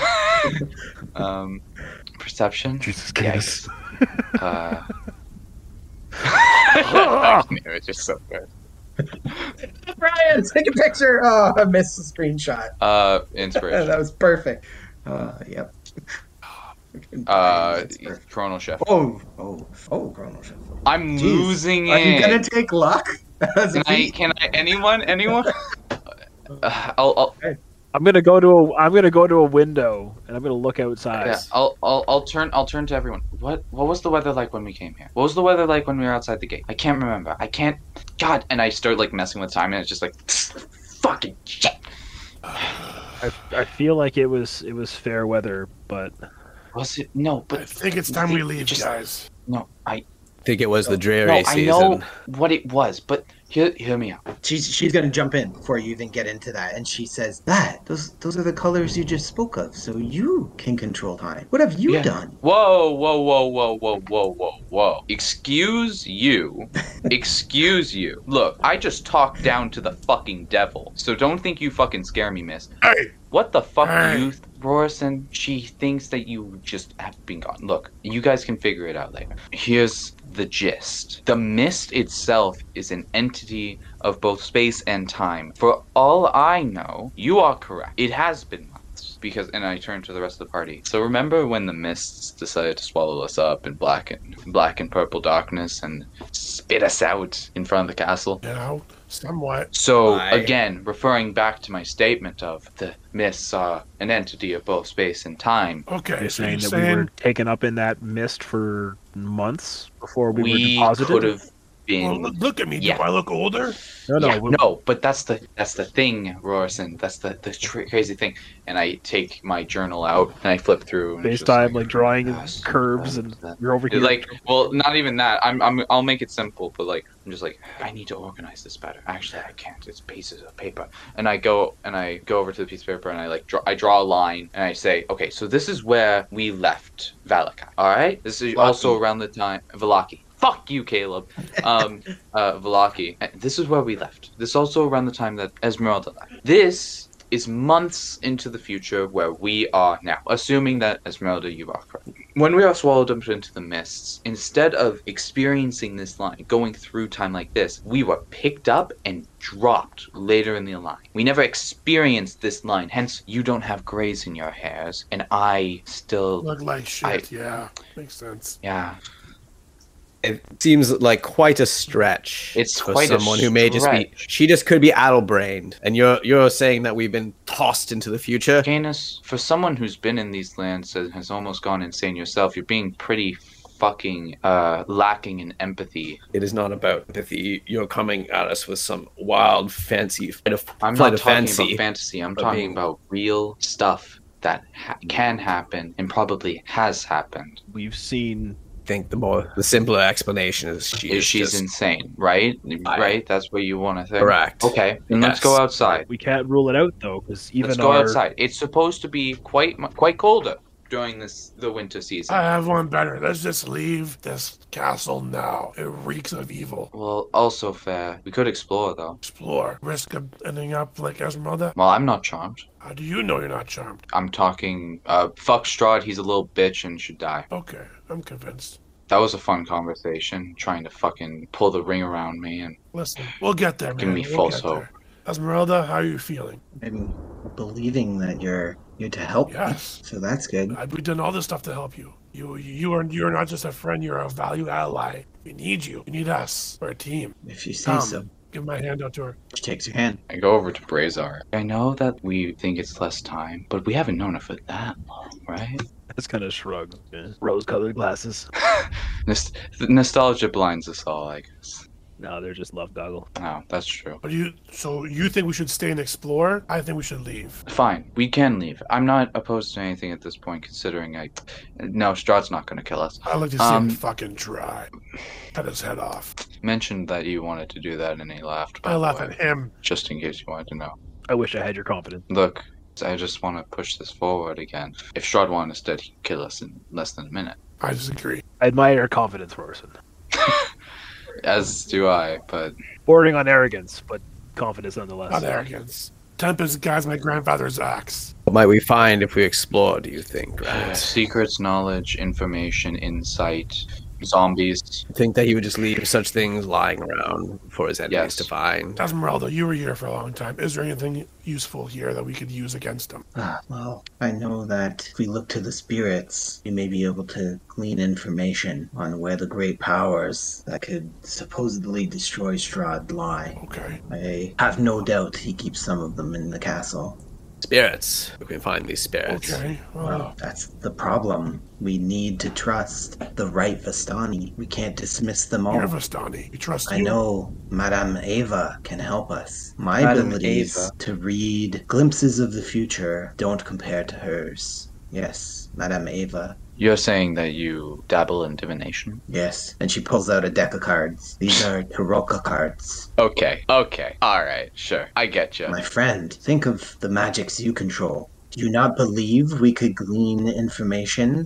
D: [laughs] um, perception?
C: Jesus
D: Yikes. Uh, [laughs] I knew it was just so [laughs] good.
B: Brian, [laughs] take a picture. Oh, I missed the screenshot. Oh,
D: Uh,
B: that
D: [laughs] inspiration.
B: was perfect. Uh, yep.
D: Uh,
B: [laughs] That's perfect.
D: chrono shift.
B: Oh, oh, oh, Chrono Shuffle.
D: I'm
B: Jeez.
D: losing it.
B: Are you gonna take luck? [laughs] That's
D: Can I?
B: sweet.
D: Can I? Anyone? Anyone? Uh, I'll, I'll,
C: I'm gonna go to a I'm gonna go to a window and I'm gonna look outside.
D: yeah, I'll, I'll, I'll turn, I'll turn to everyone. What, what was the weather like when we came here? What was the weather like when we were outside the gate? I can't remember. I can't. God, and I start like messing with time, and it's just like, [laughs] fucking shit.
C: I, I feel like it was it was fair weather, but
D: Was it? No, but
E: I think it's time we
D: it
E: leave,
D: just-
E: guys.
D: No, I,
F: think it was the dreary
D: no, I
F: season.
D: know what it was, but hear, hear me out.
B: She's she's gonna jump in before you even get into that, and she says that those those are the colors you just spoke of, so you can control time. What have you
D: Yeah.
B: done?
D: Whoa, whoa, whoa, whoa, whoa, whoa, whoa, whoa. Excuse you. Excuse you. Look, I just talked down to the fucking devil. So don't think you fucking scare me, miss.
E: Hey,
D: What the fuck
E: Hey.
D: do you, Rorison? She thinks that you just have been gone. Look, you guys can figure it out later. Here's the gist the mist itself is an entity of both space and time. For all I know, you are correct. It has been months. Because, and I turn to the rest of the party. So remember when the mists decided to swallow us up in black and black and purple darkness and spit us out in front of the castle?
E: you know, somewhat.
D: So
F: I-
D: again, referring back to my statement of the myths are an entity of both space and time.
E: Okay,
C: you're
E: so
C: saying
E: you're
C: that
E: saying
C: we were taken up in that mist for months before we, were
D: We, could
C: deposited.
D: have been.
E: well, look, look at me.
D: Yeah.
E: Do I look older?
C: No, no,
D: yeah,
C: we-
D: no, but that's the that's the thing, Rorison. That's the the tr- crazy thing. And I take my journal out and I flip through. and it's
C: Based
D: just
C: on like drawing
D: yes,
C: curves
D: that-
C: and
D: that-
C: you're over here.
D: like well not even that I'm, I'm i'll make it simple but like i'm just like i need to organize this better actually i can't it's pieces of paper and i go and i go over to the piece of paper and i like draw i draw a line and i say okay so this is where we left valakai all right this is also around the time valaki fuck you caleb um uh valaki Uh, this is where we left this is also around the time that esmeralda left this is months into the future where we are now, assuming that Esmeralda, you are correct when we are swallowed up into the mists, instead of experiencing this line, going through time like this, we were picked up and dropped later in the line. We never experienced this line, hence you don't have grays in your hairs, and I still
E: Look like shit. yeah, makes sense.
D: yeah.
F: It seems like quite a stretch.
D: It's
F: for
D: quite a
F: someone who may just be.
D: stretch.
F: She just could be addle-brained, and you're you're saying that we've been tossed into the future.
D: Janus, for someone who's been in these lands and has almost gone insane yourself, you're being pretty fucking uh lacking in empathy.
F: It is not about empathy. You're coming at us with some wild fancy flight of,
D: I'm
F: flight
D: not
F: of
D: talking
F: fancy.
D: about fantasy. I'm
F: But
D: talking
F: being-
D: about real stuff that ha- can happen and probably has happened.
C: We've seen
F: I think the more the simpler explanation is she
D: If
F: is
D: she's
F: just
D: insane, right?
F: I-
D: right? That's what you want to think.
F: correct.
D: Okay, then let's go
F: Yes.
D: outside.
C: we can't rule it out though, because even
D: let's go
C: our
D: outside. It's supposed to be quite mu- quite colder during this the winter season.
E: I have one better. Let's just leave this castle now. It reeks of evil.
D: well, also fair. We could explore though.
E: Explore. Risk of ending up like Esmeralda?
D: Well, I'm not charmed.
E: How do you know you're not charmed?
D: I'm talking. Uh, fuck Strahd. He's a little bitch and should die.
E: Okay, I'm convinced.
D: That was a fun conversation. Trying to fucking pull the ring around me and
E: Listen, we'll get there.
D: Give
E: man.
D: me
E: We'll
D: false
E: get
D: hope.
E: there. Esmeralda, how are you feeling?
B: I'm believing that you're you're to help. me,
E: Yes.
B: So that's good.
E: I- We've done all this stuff to help you. You, you are, you are not just a friend. You're a value ally. We need you. You need us. We're a team.
B: If you say
E: Come,
B: so.
E: give my hand out to her.
B: She takes your hand.
D: I go over to Brazar. I know that we think it's less time, but we haven't known her for that long, right?
C: It's kind of shrug. Rose-colored glasses. [laughs]
D: Nost- nostalgia blinds us all, I guess.
C: No, they're just love goggle.
D: No, that's true.
E: But you, so you think we should stay and explore? I think we should leave.
D: Fine, we can leave. I'm not opposed to anything at this point, considering I. No, Strahd's not going to kill us.
E: I'd like to see him
D: Um,
E: fucking try. Cut his head off.
D: Mentioned that you wanted to do that, and he laughed. By
E: I
D: the
E: laugh
D: way,
E: at him.
D: just in case you wanted to know.
C: I wish I had your confidence.
D: Look, I just want to push this forward again. If Strahd wanted us dead, he'd kill us in less than a minute.
E: I disagree.
C: I admire your confidence, Rorson.
D: As do I, but
C: Bordering on arrogance, but confidence nonetheless.
E: Not arrogance. Tempest guides my grandfather's axe.
F: What might we find if we explore? Do you think? Right?
D: secrets, knowledge, information, insight, zombies.
F: think that he would just leave such things lying around for his enemies
D: Yes.
F: to find.
E: Esmeralda, you were here for a long time. Is there anything useful here that we could use against them?
B: Well, I know that if we look to the spirits, we may be able to glean information on where the great powers that could supposedly destroy Strahd lie.
E: Okay.
B: I have no doubt he keeps some of them in the castle.
F: Spirits. We can find these spirits.
E: Okay. Well,
B: Well, that's the problem. We need to trust the right Vistani. We can't dismiss them all.
E: you're Vistani. We trust you.
B: I know Madame Ava can help us. My
H: Madame
B: abilities
H: Ava.
B: to read glimpses of the future don't compare to hers. Yes, Madame Ava.
D: You're saying that you dabble in divination?
B: Yes. And she pulls out a deck of cards. These are Taroka cards.
D: Okay, okay, all right, sure, I get you.
B: My friend, think of the magics you control. Do you not believe we could glean information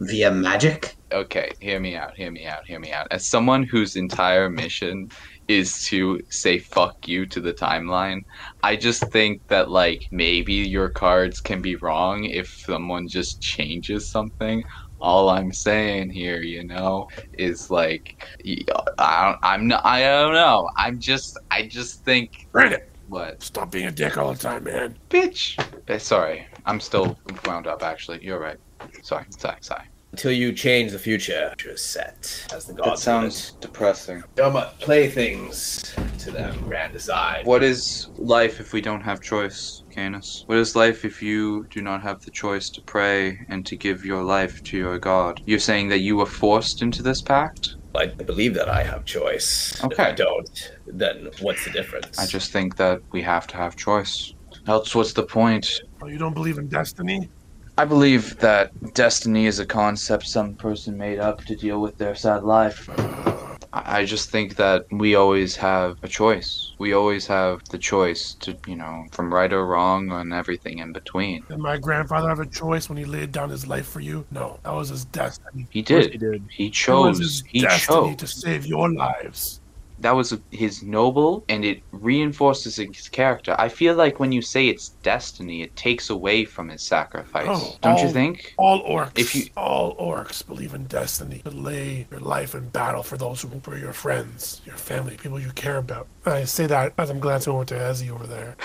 B: via magic?
D: okay, hear me out, hear me out, hear me out. As someone whose entire mission is to say fuck you to the timeline, I just think that, like, maybe your cards can be wrong if someone just changes something. All I'm saying here, you know, is like, y- I don't, I'm not, I don't know. I'm just, I just think,
E: Granite,
D: what?
E: stop being a dick all the time, man.
D: Bitch! Eh, Sorry, I'm still wound up, actually. You're right. Sorry, sorry, sorry.
F: Until you change the future, future is set. As the
D: That
F: gods
D: sounds depressing.
F: You must play things to them, grand design.
D: What is life if we don't have choice, Canis? What is life if you do not have the choice to pray and to give your life to your god? You're saying that you were forced into this pact?
F: I believe that I have choice. If
D: Okay.
F: I don't, then what's the difference?
D: I just think that we have to have choice. Else, what's the point?
E: Oh, you don't believe in destiny?
D: I believe that destiny is a concept some person made up to deal with their sad life. I I just think that we always have a choice. We always have the choice to, you know, from right or wrong and everything in between.
E: Did my grandfather have a choice when he laid down his life for you? No, that was his destiny.
D: He
C: course he
D: did.
C: did.
D: He
E: That was his
D: chose. He chose.
E: destiny to save your lives.
D: That was his noble, and it reinforces his character. I feel like when you say it's destiny, it takes away from his sacrifice.
E: Oh,
D: Don't you
E: all-
D: think?
E: All orcs,
D: If you-
E: all orcs believe in destiny to lay your life in battle for those who were your friends, your family, people you care about. I say that as I'm glancing over to Ezzy over there.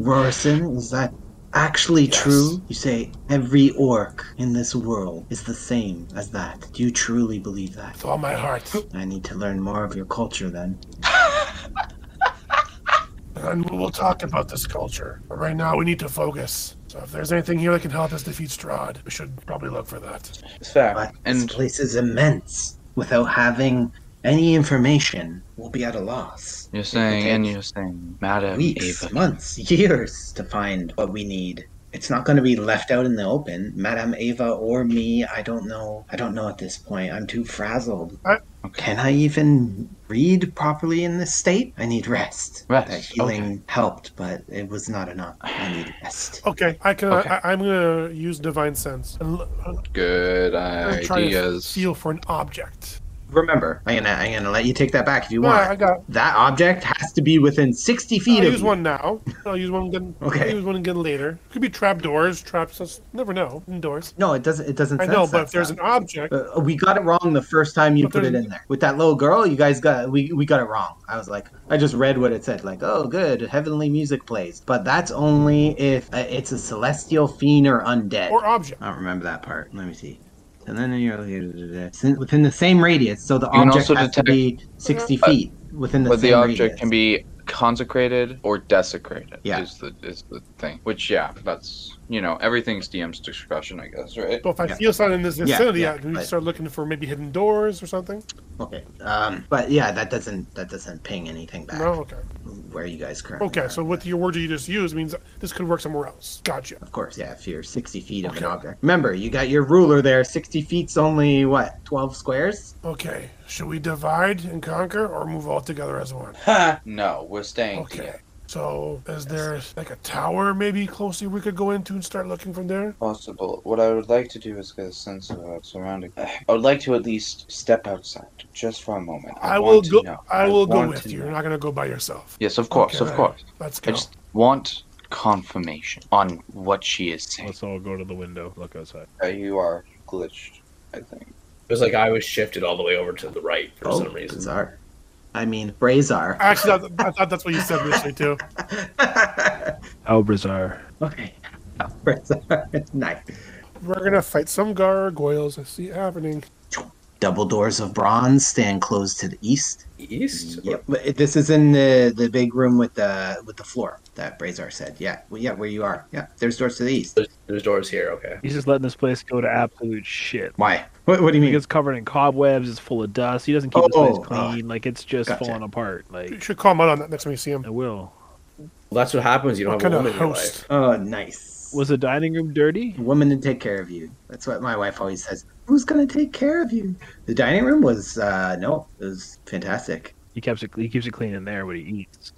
B: Rorison, is that actually
E: Yes.
B: true? You say every orc in this world is the same as that. Do you truly believe that?
E: With all my heart,
B: I need to learn more of your culture then.
E: and we'll talk about this culture. But right now, we need to focus. So if there's anything here that can help us defeat Strahd, we should probably look for that.
D: It's fair.
B: But
D: and
B: this place is immense. Without having any information, we'll be at a loss.
D: you're saying,
B: It
D: and
B: could
D: you're saying, Madam
B: take weeks,
D: Ava.
B: months, years to find what we need. It's not going to be left out in the open. Madame Ava or me, I don't know. I don't know at this point. I'm too frazzled.
E: I-
B: Can I even read properly in this state? I need rest.
D: Rest,
B: That healing helped, but it was not enough. I need rest.
E: Okay, I can.
D: Okay.
E: I, I'm gonna use divine sense and l- uh,
D: Good
E: I'm trying to
D: ideas.
E: feel for an object.
B: Remember, I'm gonna, I'm gonna let you take that back if you
E: All right, I
B: want.
E: got.
B: That object has to be within 60 feet
E: I'll
B: of
E: use
B: you.
E: one now. I'll use one again.
B: Okay.
E: I'll use one again later. Could be trap doors, traps. Us never know. Indoors.
B: No, it doesn't. It doesn't.
E: I
B: sense
E: know, but
B: that
E: if there's
B: stuff.
E: an object,
B: Uh, we got it wrong the first time you
E: But
B: put it
E: there's-
B: in there with that little girl you guys got we, we got it wrong i was like i just read what it said like oh good heavenly music plays but that's only if uh, it's a celestial fiend or undead
E: or object.
B: i don't remember that part let me see and then you're located within the same radius so the
D: You can
B: object
D: also
B: has to
D: detect-
B: be 60 feet within the
D: but
B: same
D: the object
B: radius.
D: can be consecrated or desecrated
B: Yeah.
D: is the is the thing which yeah that's you know everything's dm's discretion i guess right
E: So if I
B: Yeah.
E: feel something in this vicinity,
B: yeah,
E: I can
B: right.
E: start looking for maybe hidden doors or something.
B: okay um but yeah that doesn't that doesn't ping anything back
E: No, okay,
B: where you guys currently
E: okay.
B: are.
E: So what your word you just used means this could work somewhere else. Gotcha.
B: Of course, yeah, if you're 60 feet of an
E: Okay.
B: object. Remember, you got your ruler there. 60 feet's only, what, 12 squares?
E: Okay, should we divide and conquer or move all together as one?
D: no we're staying
E: Okay.
D: together
E: So is there like a tower maybe closely we could go into and start looking from there?
D: possible what i would like to do is get a sense of our surrounding i would like to at least step outside just for a moment
E: I, will
D: want to
E: go.
D: know.
E: I will go
D: want
E: with
D: to
E: you.
D: know.
E: You're not gonna go by yourself.
D: yes of course
E: Okay,
D: of
E: right.
D: course
E: Let's
D: i
E: go.
D: just want confirmation on what she is saying
C: Let's all go to the window. Look outside.
H: Uh, you are glitched, I think.
F: was like I was shifted all the way over to the right for some reason.
B: Oh, Bizarre. I mean,
E: [laughs]
B: Brazar.
E: Actually, that, I thought that's what you said initially too.
C: How bizarre.
B: Okay. [laughs] Brazar. nice.
E: We're gonna fight some gargoyles. I see it happening.
B: Double doors of bronze stand closed to the east.
F: East?
B: Yep. but it- This is in the the big room with the with the floor that Brazar said. Yeah. Well, yeah, where you are. Yeah. There's doors to the east.
F: There's, there's doors here, okay.
C: He's just letting this place go to absolute shit.
B: Why? What, what do you
C: He
B: mean?
C: gets covered in cobwebs. It's full of dust. He doesn't keep his
B: Oh,
C: place
B: uh,
C: clean. like it's just
B: gotcha.
C: falling apart.
E: You
C: Like
E: should call him out on that next time you see him.
C: I will.
F: Well, that's what happens. You don't
E: What
F: have
E: kind
F: a
E: of
F: woman in your
E: host?
F: life.
B: Oh, nice.
C: Was the dining room dirty?
B: woman to take care of you. That's what my wife always says. Who's gonna take care of you? The dining room was uh no, it was fantastic.
C: He keeps it. He keeps it clean in there when he eats.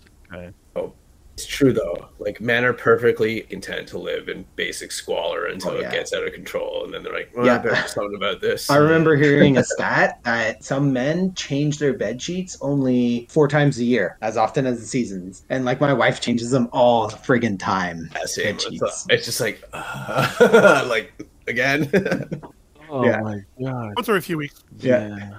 F: It's true though. Like men are perfectly content to live in basic squalor until
B: Oh, yeah.
F: it gets out of control, and then they're like, "Well,
B: Yeah.
F: I better do something about this." [laughs]
B: I remember hearing
C: [laughs]
B: a stat that some men change their bed sheets only four times a year, as often as the seasons. And like my wife changes them all the friggin' time.
F: Yeah, same.
B: Bed
F: It's,
B: sheets.
F: it's just like, [laughs] uh, like again. [laughs]
C: Oh
B: Yeah.
C: my god.
E: Once every few weeks.
B: Yeah.
C: Yeah.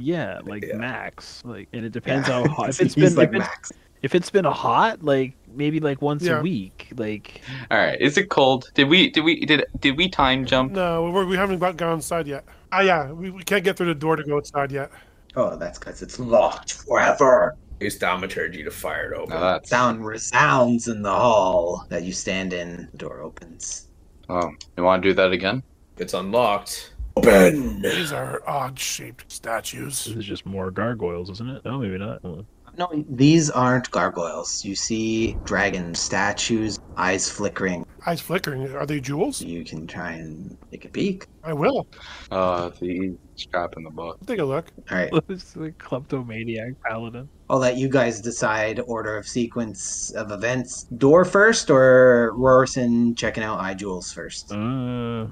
C: Yeah, like
F: Yeah.
C: max. Like, and it depends
B: [laughs]
C: how hot. [laughs] If
B: He's
C: it's been
B: like
C: if, it's,
B: Max.
C: if it's been hot, like maybe like once
E: Yeah.
C: a week. Like
D: All right. Is it cold? Did we did we did did we time jump?
E: No, we're, we haven't got- gone inside yet. Ah, yeah, we, we can't get through the door to go outside yet.
B: Oh, that's because it's locked forever.
F: Use thaumaturgy to fire it open.
D: No, that's
B: Sound resounds in the hall that you stand in. The door opens.
D: Oh, you want to do that again?
F: it's unlocked.
E: These are odd-shaped statues.
C: this is just more gargoyles, isn't it? Oh, maybe [laughs] not. Hold on.
B: No, these aren't gargoyles. You see dragon statues, eyes flickering.
E: Eyes flickering. Are they jewels?
B: You can try and take a peek.
E: I will
D: Uh, the easiest scrap in the book.
E: take a look.
B: All right.
C: This is like kleptomaniac paladin.
B: I'll let you guys decide order of sequence of events. Door first or Rorson checking out eye jewels first?
C: Uh,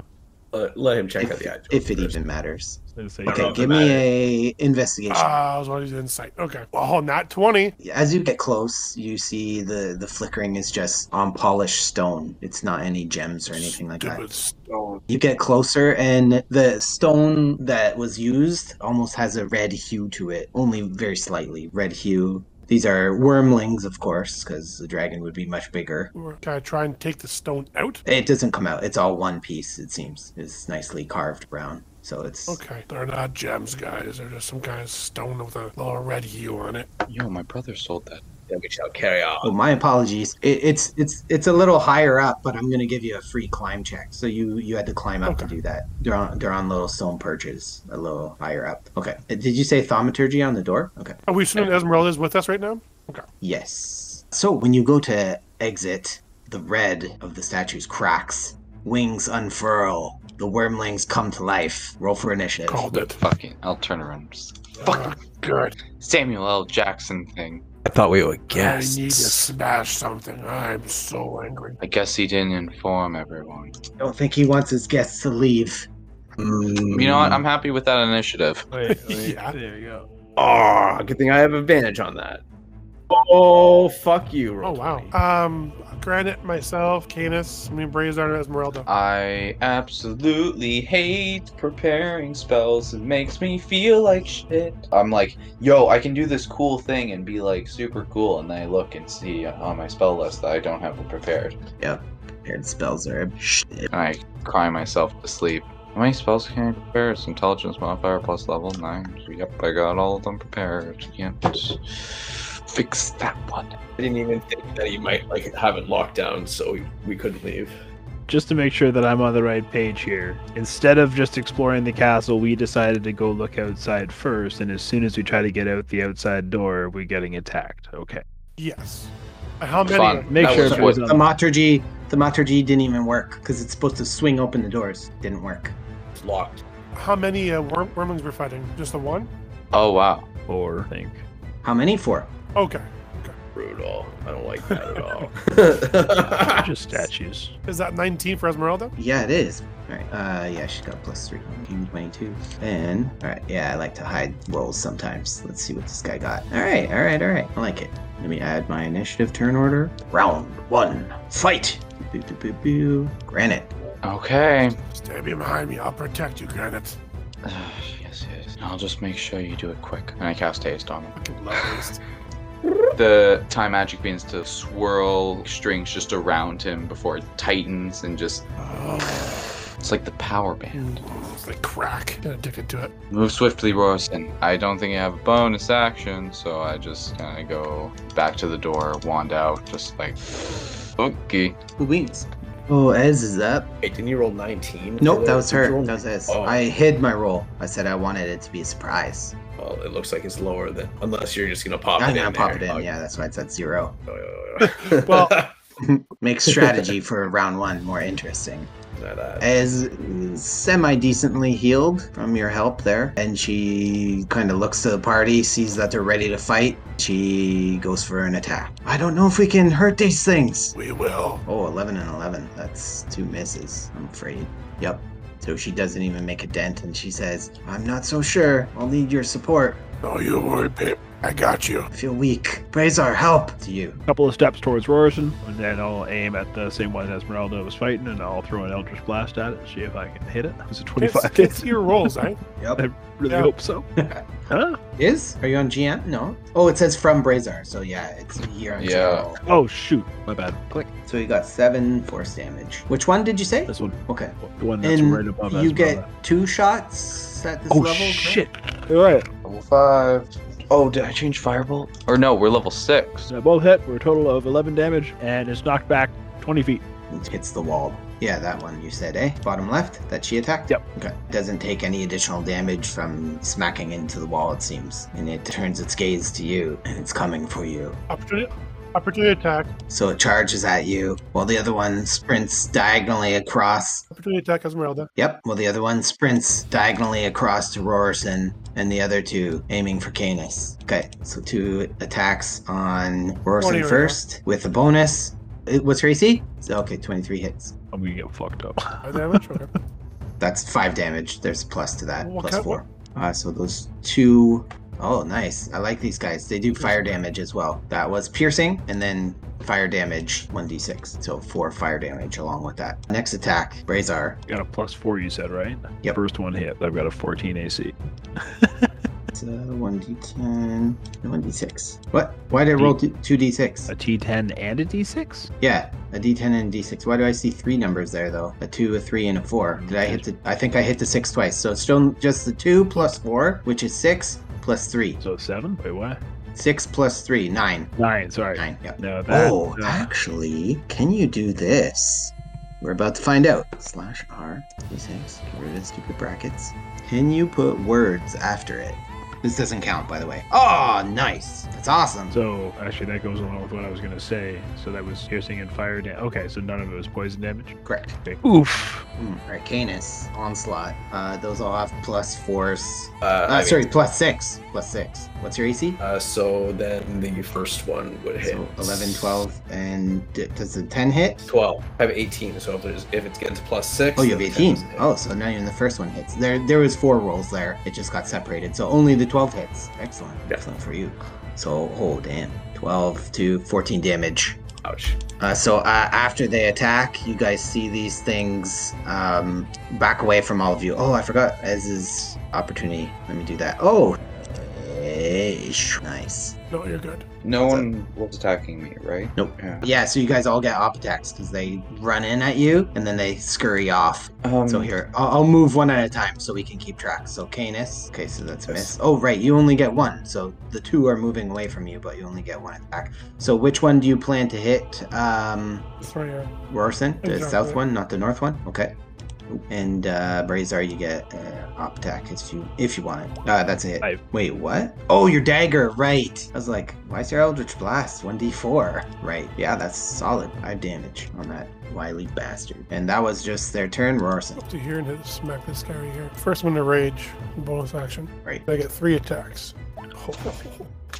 F: Let, let him Mm, check
B: if,
F: out the eye.
B: if it even matters.
C: let's say uh,
F: I don't know
B: Okay,
F: if it
B: give me a investigation.
E: Ah, I was wanting to insight. Okay. Oh, not twenty.
B: As you get close, you see the the flickering is just on polished stone. It's not any gems or anything like that.
E: Stupid stone.
B: You get closer, and the stone that was used almost has a red hue to it, only very slightly red hue. These are wormlings, of course, because the dragon would be much bigger.
E: We're gonna try and take the stone out.
B: It doesn't come out. It's all one piece. It seems it's nicely carved brown, so it's
E: Okay. They're not gems, guys. They're just some kind of stone with a little red hue on it.
D: Yo, my brother sold that.
F: Then we shall carry on.
B: Oh, my apologies. It, it's it's it's a little higher up, but I'm gonna give you a free climb check. So you you had to climb up to
E: Okay.
B: do that. They're on they're on little stone perches, a little higher up. Okay. Uh, Did you say thaumaturgy on the door? Okay.
E: Are we assuming Esmeralda is with us right now?
B: Yes. So when you go to exit, the red of the statues cracks, wings unfurl, the wormlings come to life. Roll for initiative.
E: Called it.
D: Fucking, I'll turn around.
E: Ah, good.
D: Samuel L. Jackson thing.
F: I thought we would
E: I need to smash something. I'm so angry.
D: I guess he didn't inform everyone.
B: I don't think he wants his guests to leave. Mm.
D: You know
F: Mm.
D: what? I'm happy with that initiative.
E: [laughs] yeah.
C: There you go.
F: Oh, good thing I have advantage on that. Oh, fuck you.
E: Oh
F: roll
E: wow.
F: 20.
E: Um, Granite, myself, Canis, I mean Brazard, and Esmeralda.
D: I absolutely hate preparing spells. It makes me feel like shit. I'm like, yo, I can do this cool thing and be like super cool, and then I look and see on my spell list that I don't have it prepared.
B: Prepared spells are shit.
D: And I cry myself to sleep. How many spells can I prepare? It's intelligence modifier plus level 9. Yep, I got all of them prepared. Can't fix that one.
F: I didn't even think that he might like have it locked down, so we, we couldn't leave.
C: Just to make sure that I'm on the right page here. Instead of just exploring the castle, we decided to go look outside first, and as soon as we try to get out the outside door, we're getting attacked. Okay.
E: Yes. How many?
D: Fun.
C: Make
D: That
C: sure
D: was
C: it was
D: what-
C: on-
B: Thaumaturgy, thaumaturgy didn't even work because it's supposed to swing open the doors. Didn't work.
F: It's locked.
E: How many uh, worm- wormlings we're fighting? Just the one?
D: Oh, wow.
C: or I think.
B: How many for?
E: Okay.
F: Brutal. I don't like that at all.
C: Just statues.
E: Is that 19 for Esmeralda?
B: Yeah, it is. All right. Uh, yeah, she got plus three. Game twenty-two. And all right. Yeah, I like to hide rolls sometimes. Let's see what this guy got. All right. All right. All right. I like it. Let me add my initiative turn order. Round one. Fight. Boo, boo, boo, boo. Granite.
D: Okay.
E: Stay behind me. I'll protect you, Granite.
D: [sighs] yes, yes. I'll just make sure you do it quick. And I cast haste on him.
E: Fucking love waste.
D: The time magic begins to swirl strings just around him before it tightens and just. It's like the power band.
E: Oh, It's like crack. Get addicted to it.
D: Move swiftly, Royston. I don't think I have a bonus action, so I just kind of go back to the door, wand out, just like. [sighs] Okay.
B: Who wins? Oh, Ez is up.
F: Wait, didn't you roll 19?
B: Nope, that was
F: Did you
B: her.
F: roll-
B: That was Ez.
F: Oh.
B: I hid my roll. I said I wanted it to be a surprise.
F: Well, it looks like it's lower than. Unless you're just going to pop it
B: I'm
F: in.
B: gonna pop it
F: there.
B: in. Yeah, that's why it said zero.
F: Oh, [laughs]
G: Well-
B: Make strategy [laughs] for round one more interesting.
F: Not that. Uh,
B: As semi decently healed from your help there, and she kind of looks to the party, sees that they're ready to fight. She goes for an attack. I don't know if we can hurt these things.
E: We will.
B: Oh, 11 and 11. That's two misses, I'm afraid. Yep. So she doesn't even make a dent, and she says, I'm not so sure. I'll need your support.
E: No, Oh, you worry, babe. I got you.
B: I feel weak. Brazar, help! To you.
C: couple of steps towards Rorison, and then I'll aim at the same one Esmeralda was fighting, and I'll throw an Eldritch Blast at it and see if I can hit it. It's a 25
E: It's,
C: hit.
B: [laughs]
E: it's your rolls, eh? right?
B: Yep.
C: really
E: yeah.
B: [laughs]
C: hope so. huh?
B: Is? Are you on GM? No. Oh, it says from Brazar, so yeah, it's here on
D: Yeah.
B: GM.
C: Oh, shoot. My bad. Click.
B: So you got seven force damage. Which one did you say?
C: This one.
B: Okay.
C: The one that's
B: and
C: right above
B: you
C: Esmeralda.
B: get two shots at this
C: oh,
B: level. correct?
C: shit. All right.
D: Level five. Oh, did I change firebolt? Or no, we're level six.
C: So both hit. We're a total of 11 damage, and it's knocked back 20 feet.
B: It hits the wall. Yeah, that one you said, eh? Bottom left that she attacked?
C: Yep.
B: Okay. Doesn't take any additional damage from smacking into the wall, it seems. And it turns its gaze to you, and it's coming for you.
E: Opportunity, opportunity attack.
B: So it charges at you, while the other one sprints diagonally across.
E: Opportunity attack, Esmeralda.
B: Yep, while the other one sprints diagonally across to Rorison, and the other two aiming for Canis. Okay, so two attacks on
E: Twenty
B: Rorison
E: right
B: first with a bonus. It- What's her AC? Okay, 23 hits.
C: I'm going to get fucked up. [laughs]
E: Five damage. Okay.
B: That's five damage. There's a plus to that.
E: What
B: plus
E: kind-
B: four. Uh, so those two oh nice. I like these guys. They do fire damage as well. That was piercing and then fire damage 1d6. So four fire damage along with that. Next attack, Brazar.
C: got a plus four, you said, right?
B: Yep.
C: First one hit. I've got a 14 AC.
B: It's a 1d10, 1d6. What? Why did I roll two- 2d6?
C: A T10 and a D6?
B: Yeah, a d10 and a d6. Why do I see three numbers there though? A two, a three, and a four. Did I hit the? I think I hit the six twice. So it's still just the two plus four, which is six plus three.
C: So seven? Wait, what?
B: Six plus three, nine.
C: Nine. Sorry.
B: Nine. Yep.
C: No, that.
B: Oh,
C: uh,
B: actually, can you do this? We're about to find out. Slash R, these things, get rid of the stupid brackets. Can you put words after it? This doesn't count, by the way. Oh, nice. That's awesome.
C: So actually, that goes along with what I was gonna say. So that was piercing and fire damage. Okay, so none of it was poison damage.
B: Correct.
C: Okay. Oof.
B: Mm, Arcanus, Onslaught. Uh, those all have plus force.
F: Uh,
B: Uh,
F: I mean,
B: sorry, plus six. Plus six. What's your AC?
F: Uh, so then the first one would hit.
B: So 11, 12, and d- does the 10 hit?
F: 12. I have 18, so if, there's, if it's getting to plus 6.
B: Oh, you have
F: then
B: 18.
F: 10 is-
B: Oh, so not even the first one hits. There, there was four rolls there. It just got separated. So only the 12 hits. Excellent.
F: Yeah.
B: Excellent for you. So, oh, damn. 12 to 14 damage.
F: Ouch.
B: Uh, so uh, after they attack, you guys see these things um, back away from all of you. Oh, I forgot. As is opportunity. Let me do that. Oh, eh, sh- nice.
E: No, you're good.
D: No one was attacking me, right?
B: Nope.
D: Yeah.
B: Yeah, so you guys all get op attacks because they run in at you and then they scurry off.
D: Um,
B: So here, I'll, I'll move one at a time so we can keep track. So Canis. Okay, so that's a miss. Oh, right, you only get one. So the two are moving away from you, but you only get one attack. So which one do you plan to hit? Um,
E: It's right here.
B: Rorson, the
E: Exactly.
B: south one, not the north one. Okay. And uh, Brazar, you get uh, op attack if you if you want it. Uh, that's it.
C: Five.
B: Wait, what? Oh, your dagger, right? I was like, why's your Eldritch Blast? One d four, right? Yeah, that's solid. Five damage on that wily bastard. And that was just their turn, Rorson.
E: Up to here and hit smack this guy right here. First one to rage, bonus action.
B: Right.
E: I get three attacks. [laughs]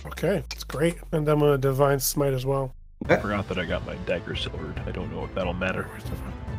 E: Okay, it's great. And I'm gonna divine smite as well.
C: I forgot that I got my dagger silvered. I don't know if that'll matter.
E: Where's the-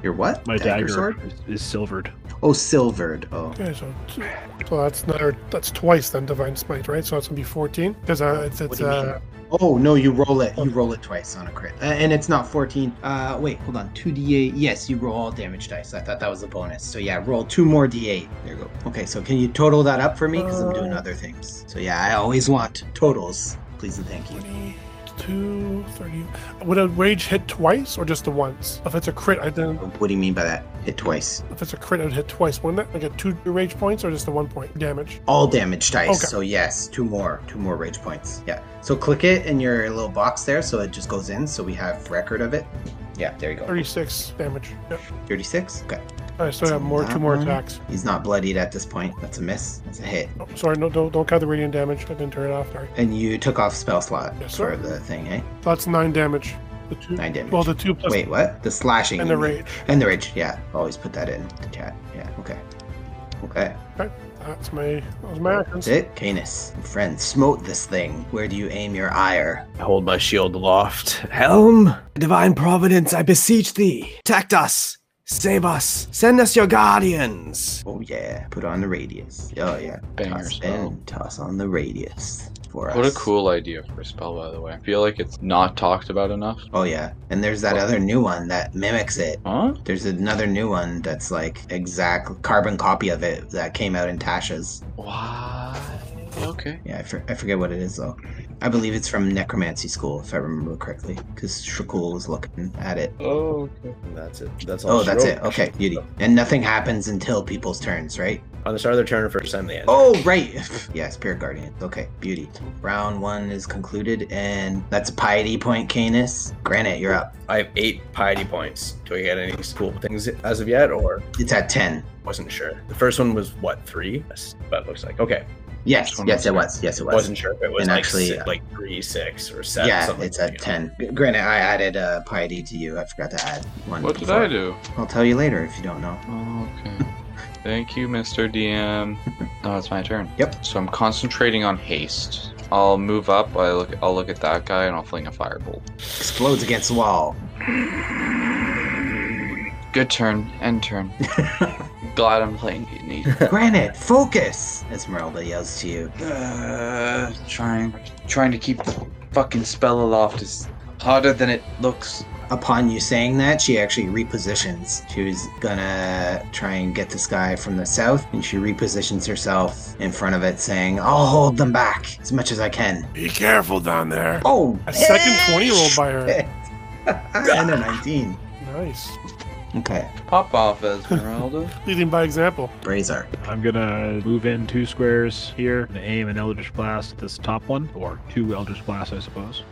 B: Your what?
C: My dagger,
B: sword?
C: is, is silvered.
B: Oh, silvered. Oh.
E: Okay, so, t- so that's another that's twice then divine smite, right? So it's gonna be fourteen because uh, it's it's
B: do you
E: uh,
B: Oh no, you roll it. You roll it twice on a crit, uh, and it's not 14. Uh, wait, hold on. Two d8. Yes, you roll all damage dice. I thought that was a bonus. So yeah, roll two more d8. There you go. Okay, so can you total that up for me? Because I'm doing other things. So yeah, I always want totals. Please and thank you.
E: 22, 30. Would a rage hit twice or just the once? If it's a crit, I then
B: What do you mean by that? Hit twice.
E: if it's a crit, it would hit twice, wouldn't it? Like a two rage points or just the one point damage?
B: All damage dice.
E: Okay.
B: So yes, two more, two more rage points. Yeah. So click it in your little box there, so it just goes in. So we have record of it. Yeah, there you go.
E: Thirty-six damage. Yep.
B: 36. Okay.
E: I still have more, two more attacks.
B: He's not bloodied at this point. That's a miss. That's a hit.
E: Oh, sorry, no, don't don't count the radiant damage. I didn't turn it off. Sorry.
B: And you took off spell slot
E: Yes,
B: for
E: sir.
B: the thing, eh?
E: That's nine damage. The two.
B: Nine damage.
E: Well, the two plus
B: Wait, what? The slashing.
E: and the
B: you mean.
E: rage.
B: And the rage. Yeah, always put that in the chat. Yeah. Okay. Okay.
E: That's my that was my
B: That's
E: actions.
B: it. Canis, friend, smote this thing. Where do you aim your ire?
F: I hold my shield aloft. Helm,
J: Divine Providence, I beseech thee, protect us, save us, send us your guardians.
B: Oh yeah. Put on the radius. Oh yeah.
D: Banger
B: toss
D: spell.
B: in, Toss on the radius for us.
D: What a cool idea for a spell, by the way. I feel like it's not talked about enough.
B: Oh yeah. And there's that other new one that mimics it.
D: Huh?
B: There's another new one that's like exact carbon copy of it that came out in Tasha's.
D: Why? Okay.
B: Yeah, I, for- I forget what it is though. I believe it's from necromancy school, if I remember correctly, because Shrakul was looking at it.
H: Oh, okay.
F: And that's it. That's all.
B: Oh,
F: she
B: that's
F: wrote.
B: it. Okay, beauty. And nothing happens until people's turns, right?
F: On the start of their turn, first time they end.
B: Oh, right. [laughs] yeah, spirit guardian. Okay, beauty. Round one is concluded, and that's a piety point, Canis. Granite, you're up.
F: I have eight piety points. Do I get any cool things as of yet, or
B: It's at ten.
F: wasn't sure? The first one was what three? That's what it looks like. Okay,
B: Yes,
D: Which one
B: yes,
D: was
B: it
D: it?
B: was. Yes, it was.
F: wasn't sure if it was
B: And
F: like,
B: actually,
F: si-
B: uh,
F: like three, six, or seven.
B: yeah,
F: something
B: it's
F: like
B: at
F: that.
B: ten. Granite, I added uh, piety to you. I forgot to add one.
D: What did
B: before.
D: I do?
B: I'll tell you later if you don't know.
D: Oh, okay. [laughs] Thank you, Mr. DM. Oh, it's my turn.
B: Yep.
D: So I'm concentrating on haste. I'll move up. I look. I'll look at that guy, and I'll fling a firebolt.
B: Explodes against the [laughs] wall.
D: Good turn. End turn. [laughs] Glad I'm playing Mutiny.
B: Granite, focus! Esmeralda yells to you.
D: [laughs] Uh, trying, trying to keep the fucking spell aloft is harder than it looks.
B: Upon you saying that, she actually repositions. She was gonna try and get this guy from the south, and she repositions herself in front of it, saying, I'll hold them back as much as I can.
E: Be careful down there.
B: Oh! [laughs]
E: A second 20 roll by her.
B: and a 19.
E: Nice.
B: Okay,
D: Pop off, [laughs] Esmeralda.
E: Leading by example.
B: Brazar.
C: I'm gonna move in two squares here and aim an Eldritch Blast at this top one, or two Eldritch Blasts, I suppose.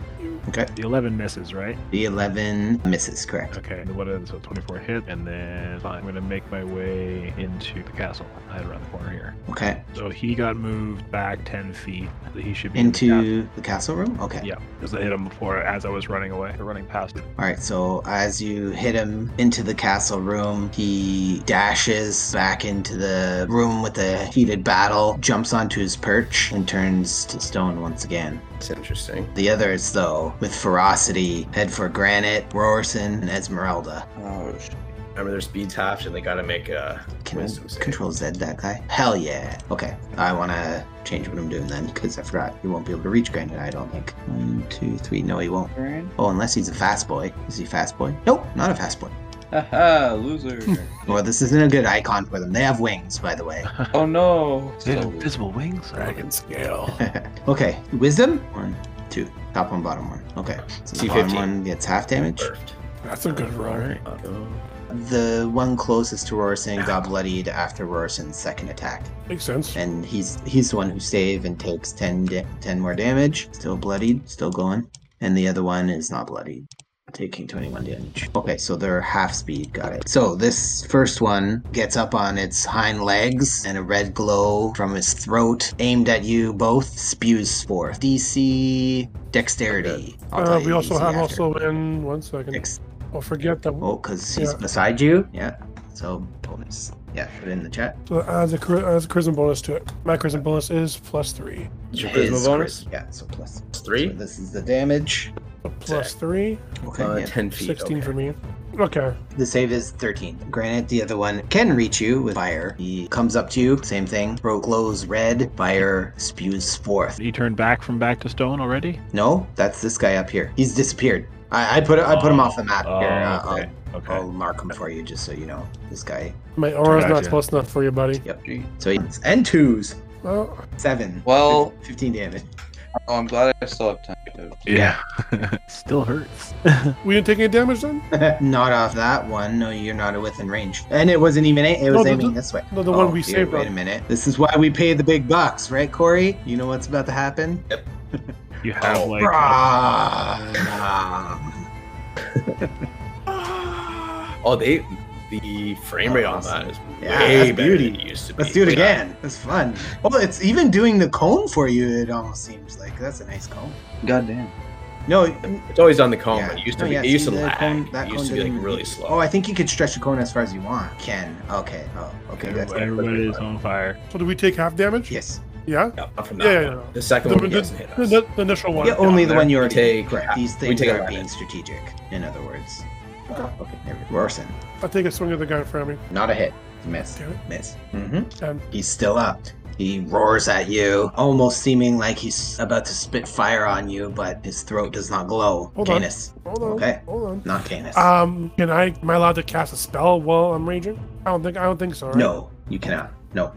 B: Okay.
C: The 11 misses, right?
B: The 11 misses, correct.
C: Okay, what is so 24 hit, and then fine. I'm gonna make my way into the castle. I head around the corner here.
B: Okay.
C: So he got moved back 10 feet. He should be in the castle.
B: Into the castle room? Okay.
C: Yeah, because I hit him before as I was running away, or running past him.
B: All right, so as you hit him into the castle room, he dashes back into the room with the heated battle, jumps onto his perch, and turns to stone once again.
F: It's interesting.
B: The others, though, with ferocity, head for Granite, Roerson, and Esmeralda.
H: Oh, sh-
F: Remember, their speed's halved, and they gotta make a
B: Can I
F: wisdom save.
B: control Z that guy? Hell yeah. Okay, I want to change what I'm doing then, because I forgot. He won't be able to reach Granite, I don't think. One, two, three. No, he won't.
H: Right?
B: Oh, unless he's a fast boy. Is he a fast boy? Nope, not a fast boy.
H: Haha, loser.
B: Well, this isn't a good icon for them. They have wings, by the way.
H: oh no.
C: wings?
E: Dragon scale.
B: okay, wisdom? One, two. Top one, bottom one. Okay. So the bottom
F: C15.
B: one gets half damage.
F: Perfect.
E: That's a good roll.
F: Alright. Uh,
B: The one closest to Rorison got bloodied after Rorison's second attack.
E: Makes sense.
B: And he's he's the one who save and takes 10, da- 10 more damage. Still bloodied, still going. And the other one is not bloodied. Taking 21 damage. Okay, so they're half speed. Got it. So this first one gets up on its hind legs, and a red glow from its throat, aimed at you both, spews forth. DC dexterity. I'll tell
E: Uh,
B: you
E: we also
B: DC
E: have
B: after.
E: also in one second.
B: Dex-
E: I'll forget that.
B: Oh, because he's
E: Yeah.
B: beside you? Yeah. So bonus. Yeah, put it in the chat.
E: So adds a chari- adds a charisma bonus to it. My charisma bonus is plus three.
F: is your
B: His
F: charisma bonus?
B: crit- Yeah, so plus.
F: Three?
B: So this is the damage.
E: Plus three.
B: Okay.
F: Uh,
B: yeah.
F: 10 feet.
E: 16
F: okay.
E: for me. Okay.
B: The save is 13. Granite, the other one, can reach you with fire. He comes up to you, same thing. Throat glows red, fire spews forth.
C: He turned back from back to stone already?
B: No, that's this guy up here. He's disappeared. I, I put I put him off the map
C: Oh,
B: here. Uh,
C: okay.
B: I'll,
C: Okay.
B: I'll mark him for you just so you know. This guy.
E: My aura's not
C: Gotcha.
E: close enough for you, buddy.
B: Yep. So he and twos.
E: Well,
B: Seven.
H: Well-
B: fifteen damage. [laughs]
H: Oh, I'm glad I still have time to.
C: Yeah. [laughs] Still hurts.
E: we didn't take any damage then?
B: not off that one. No, you're not within range. And it wasn't even a- it
E: No,
B: was
E: the-
B: aiming
E: the-
B: this way.
E: no, the one we
B: dear,
E: saved
B: Wait
E: up.
B: a minute. This is why we pay the big bucks, right, Corey? You know what's about to happen?
C: You have
F: Oh,
C: like
B: Bruh.
F: Oh, they the frame rate
B: Awesome.
F: on that is
B: Yeah,
F: way
B: that's
F: better than
B: beauty.
F: it used to be.
B: Let's do it
F: Yeah.
B: again. It's fun. Well, it's even doing the cone for you. It almost seems like that's a nice cone.
H: Goddamn.
B: No,
F: It's always on the cone,
B: yeah.
F: but it used to
B: No,
F: be
B: yeah,
F: it used
B: see,
F: to
B: the
F: lag.
B: cone- that
F: it used
B: cone
F: to be like
B: doesn't-
F: really slow.
B: Oh, I think you could stretch the cone as far as you want. Can okay. Oh, okay. That's
C: everybody is on fire.
E: So did we take half damage?
B: yes.
E: Yeah.
F: yeah, not from that
E: Yeah, yeah,
F: one.
E: yeah.
F: The second
E: The,
F: one
E: the-
F: doesn't hit
E: the-
F: us.
E: the- the initial one.
B: Yeah, only the
F: there.
B: one you
F: We
B: already
F: take-
B: correct. These
F: we
B: things
F: take
B: are
F: eleven.
B: being strategic. In other words. Okay. There we go. Larson,
E: I'll take a swing at the guy in front of me.
B: not a hit. Miss.
E: Damn it.
B: Miss. Mm-hmm.
E: Ten.
B: He's still up. He roars at you, almost seeming like he's about to spit fire on you, but his throat does not glow.
E: Hold on.
B: Canis,
E: Hold on.
B: Okay.
E: Hold on.
B: not Canis.
E: Um, can I? Am I allowed to cast a spell while I'm raging? I don't think. I don't think so. Right?
B: No, you cannot. No.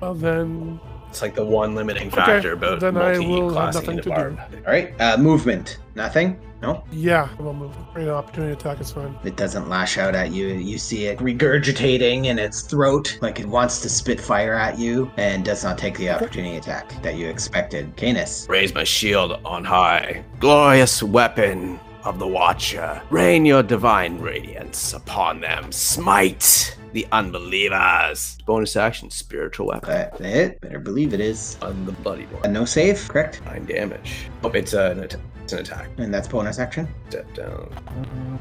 E: Well then,
F: It's like the one limiting
E: Okay,
F: factor about
E: then I will have
F: multi-classing
E: nothing
F: into
E: to do.
F: barb.
B: All right. Uh, movement. Nothing. No.
E: yeah, I'm gonna move. Right, opportunity attack is fine.
B: It doesn't lash out at you. You see it regurgitating in its throat, like it wants to spit fire at you, and does not take the opportunity attack that you expected. Canis.
K: Raise my shield on high. Glorious weapon of the Watcher. Rain your divine radiance upon them. Smite the unbelievers. Bonus action, spiritual weapon.
B: That it. Better believe it is.
F: On the bloody door.
B: A no save, correct?
F: Nine damage. Oh, it's an, atta- it's an attack.
B: And that's bonus action.
F: Step down.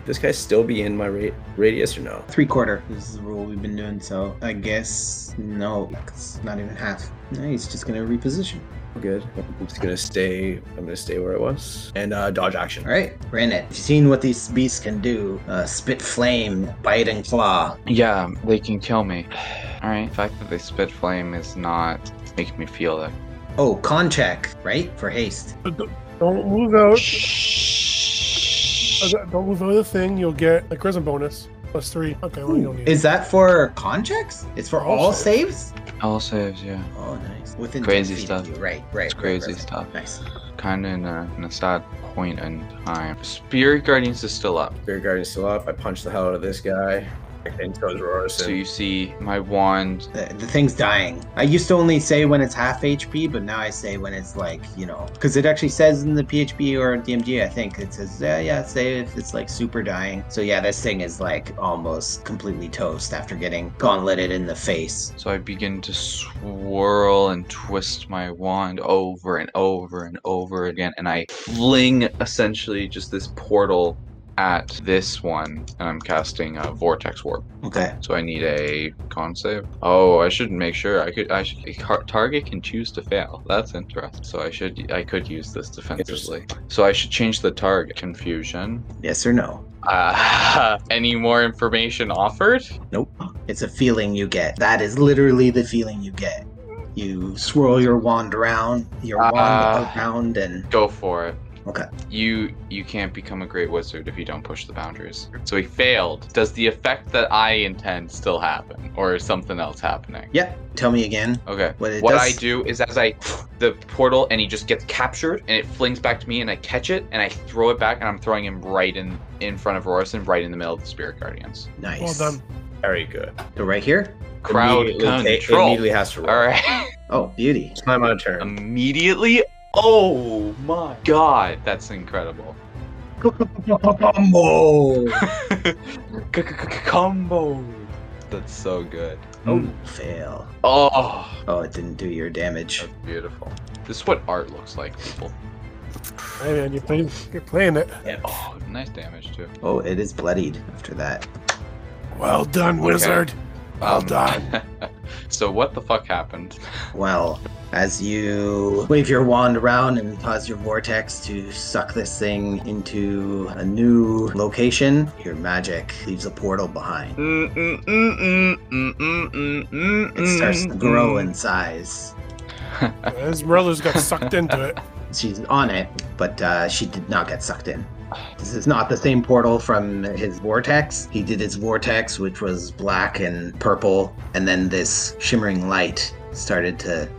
F: This guy still be in my ra- radius or no?
B: Three quarter is the rule we've been doing, so I guess no, it's not even half. No, he's just gonna reposition.
F: Good. I'm just gonna stay. I'm gonna stay where it was and uh, dodge action.
B: All right, Rennet, you've seen what these beasts can do: uh, spit flame, bite, and claw.
D: Yeah, they can kill me. Alright, the fact that they spit flame is not making me feel that.
B: Oh, con check, right? For haste.
E: But don't- Don't move out. Uh, don't- Don't move out of the thing. You'll get a charisma bonus plus three. Okay, well you don't need
B: Is that for con checks? It's for
E: All
B: all saves?
D: All saves, yeah.
B: Oh, nice. Within
D: Crazy
B: 10 feet
D: stuff.
B: Of you. Right, right.
D: It's
B: right,
D: crazy
B: right.
D: stuff.
B: Nice.
D: Kinda in a, in a sad point in time. Spirit Guardians is still up.
F: Spirit Guardian's still up. I punch the hell out of this guy. And so is
D: So
F: Rorison.
D: you see my wand.
B: The, the thing's dying. I used to only say when it's half HP, but now I say when it's like, you know, because it actually says in the PHP or DMG, I think it says, yeah, yeah, say if it's like super dying. So yeah, this thing is like almost completely toast after getting gauntleted in the face.
D: So I begin to swirl and twist my wand over and over and over again, and I fling essentially just this portal at this one, and I'm casting a vortex warp.
B: Okay.
D: So I need a con save. Oh, I should make sure. I could. I should. a car- target can choose to fail. That's interesting. So I should. I could use this defensively. So I should change the target. Confusion.
B: Yes or no?
D: Uh, [laughs] any more information offered?
B: Nope. It's a feeling you get. That is literally the feeling you get. You swirl your wand around, your
D: Ah.
B: wand around, and
D: Go for it.
B: Okay.
D: You you can't become a great wizard if you don't push the boundaries. So he failed. Does the effect that I intend still happen, or is something else happening?
B: yep. Tell me again.
D: Okay.
B: What it
D: what
B: does.
D: I do is as I the portal and he just gets captured and it flings back to me and I catch it and I throw it back and I'm throwing him right in in front of Rorison, right in the middle of the spirit guardians.
E: Well
B: Nice.
E: done.
F: Very good.
B: So right here.
D: Crowd
F: immediately, ta-
D: control.
F: immediately has to roll.
D: All right. [laughs]
B: Oh, beauty.
F: It's my my turn.
D: immediately. Oh my god, that's incredible.
B: Combo.
D: Combo. That's so good.
B: Oh, [laughs] fail.
D: Oh,
B: Oh, it didn't do your damage.
D: that's beautiful. This is what art looks like, people.
E: Hey man, you're playing. You're playing it.
D: Oh, nice damage too.
B: Oh, it is bloodied after that.
E: Well done, wizard. Well
D: Um, [laughs]
E: done.
D: so what the fuck happened?
B: Well, as you wave your wand around and cause your vortex to suck this thing into a new location. Your magic leaves a portal behind. It
H: It
B: starts to grow in size.
E: Esmeralda's got sucked into it.
B: She's on it, but uh, she did not get sucked in. This is not the same portal from his vortex. He did his vortex, which was black and purple, and then this shimmering light started to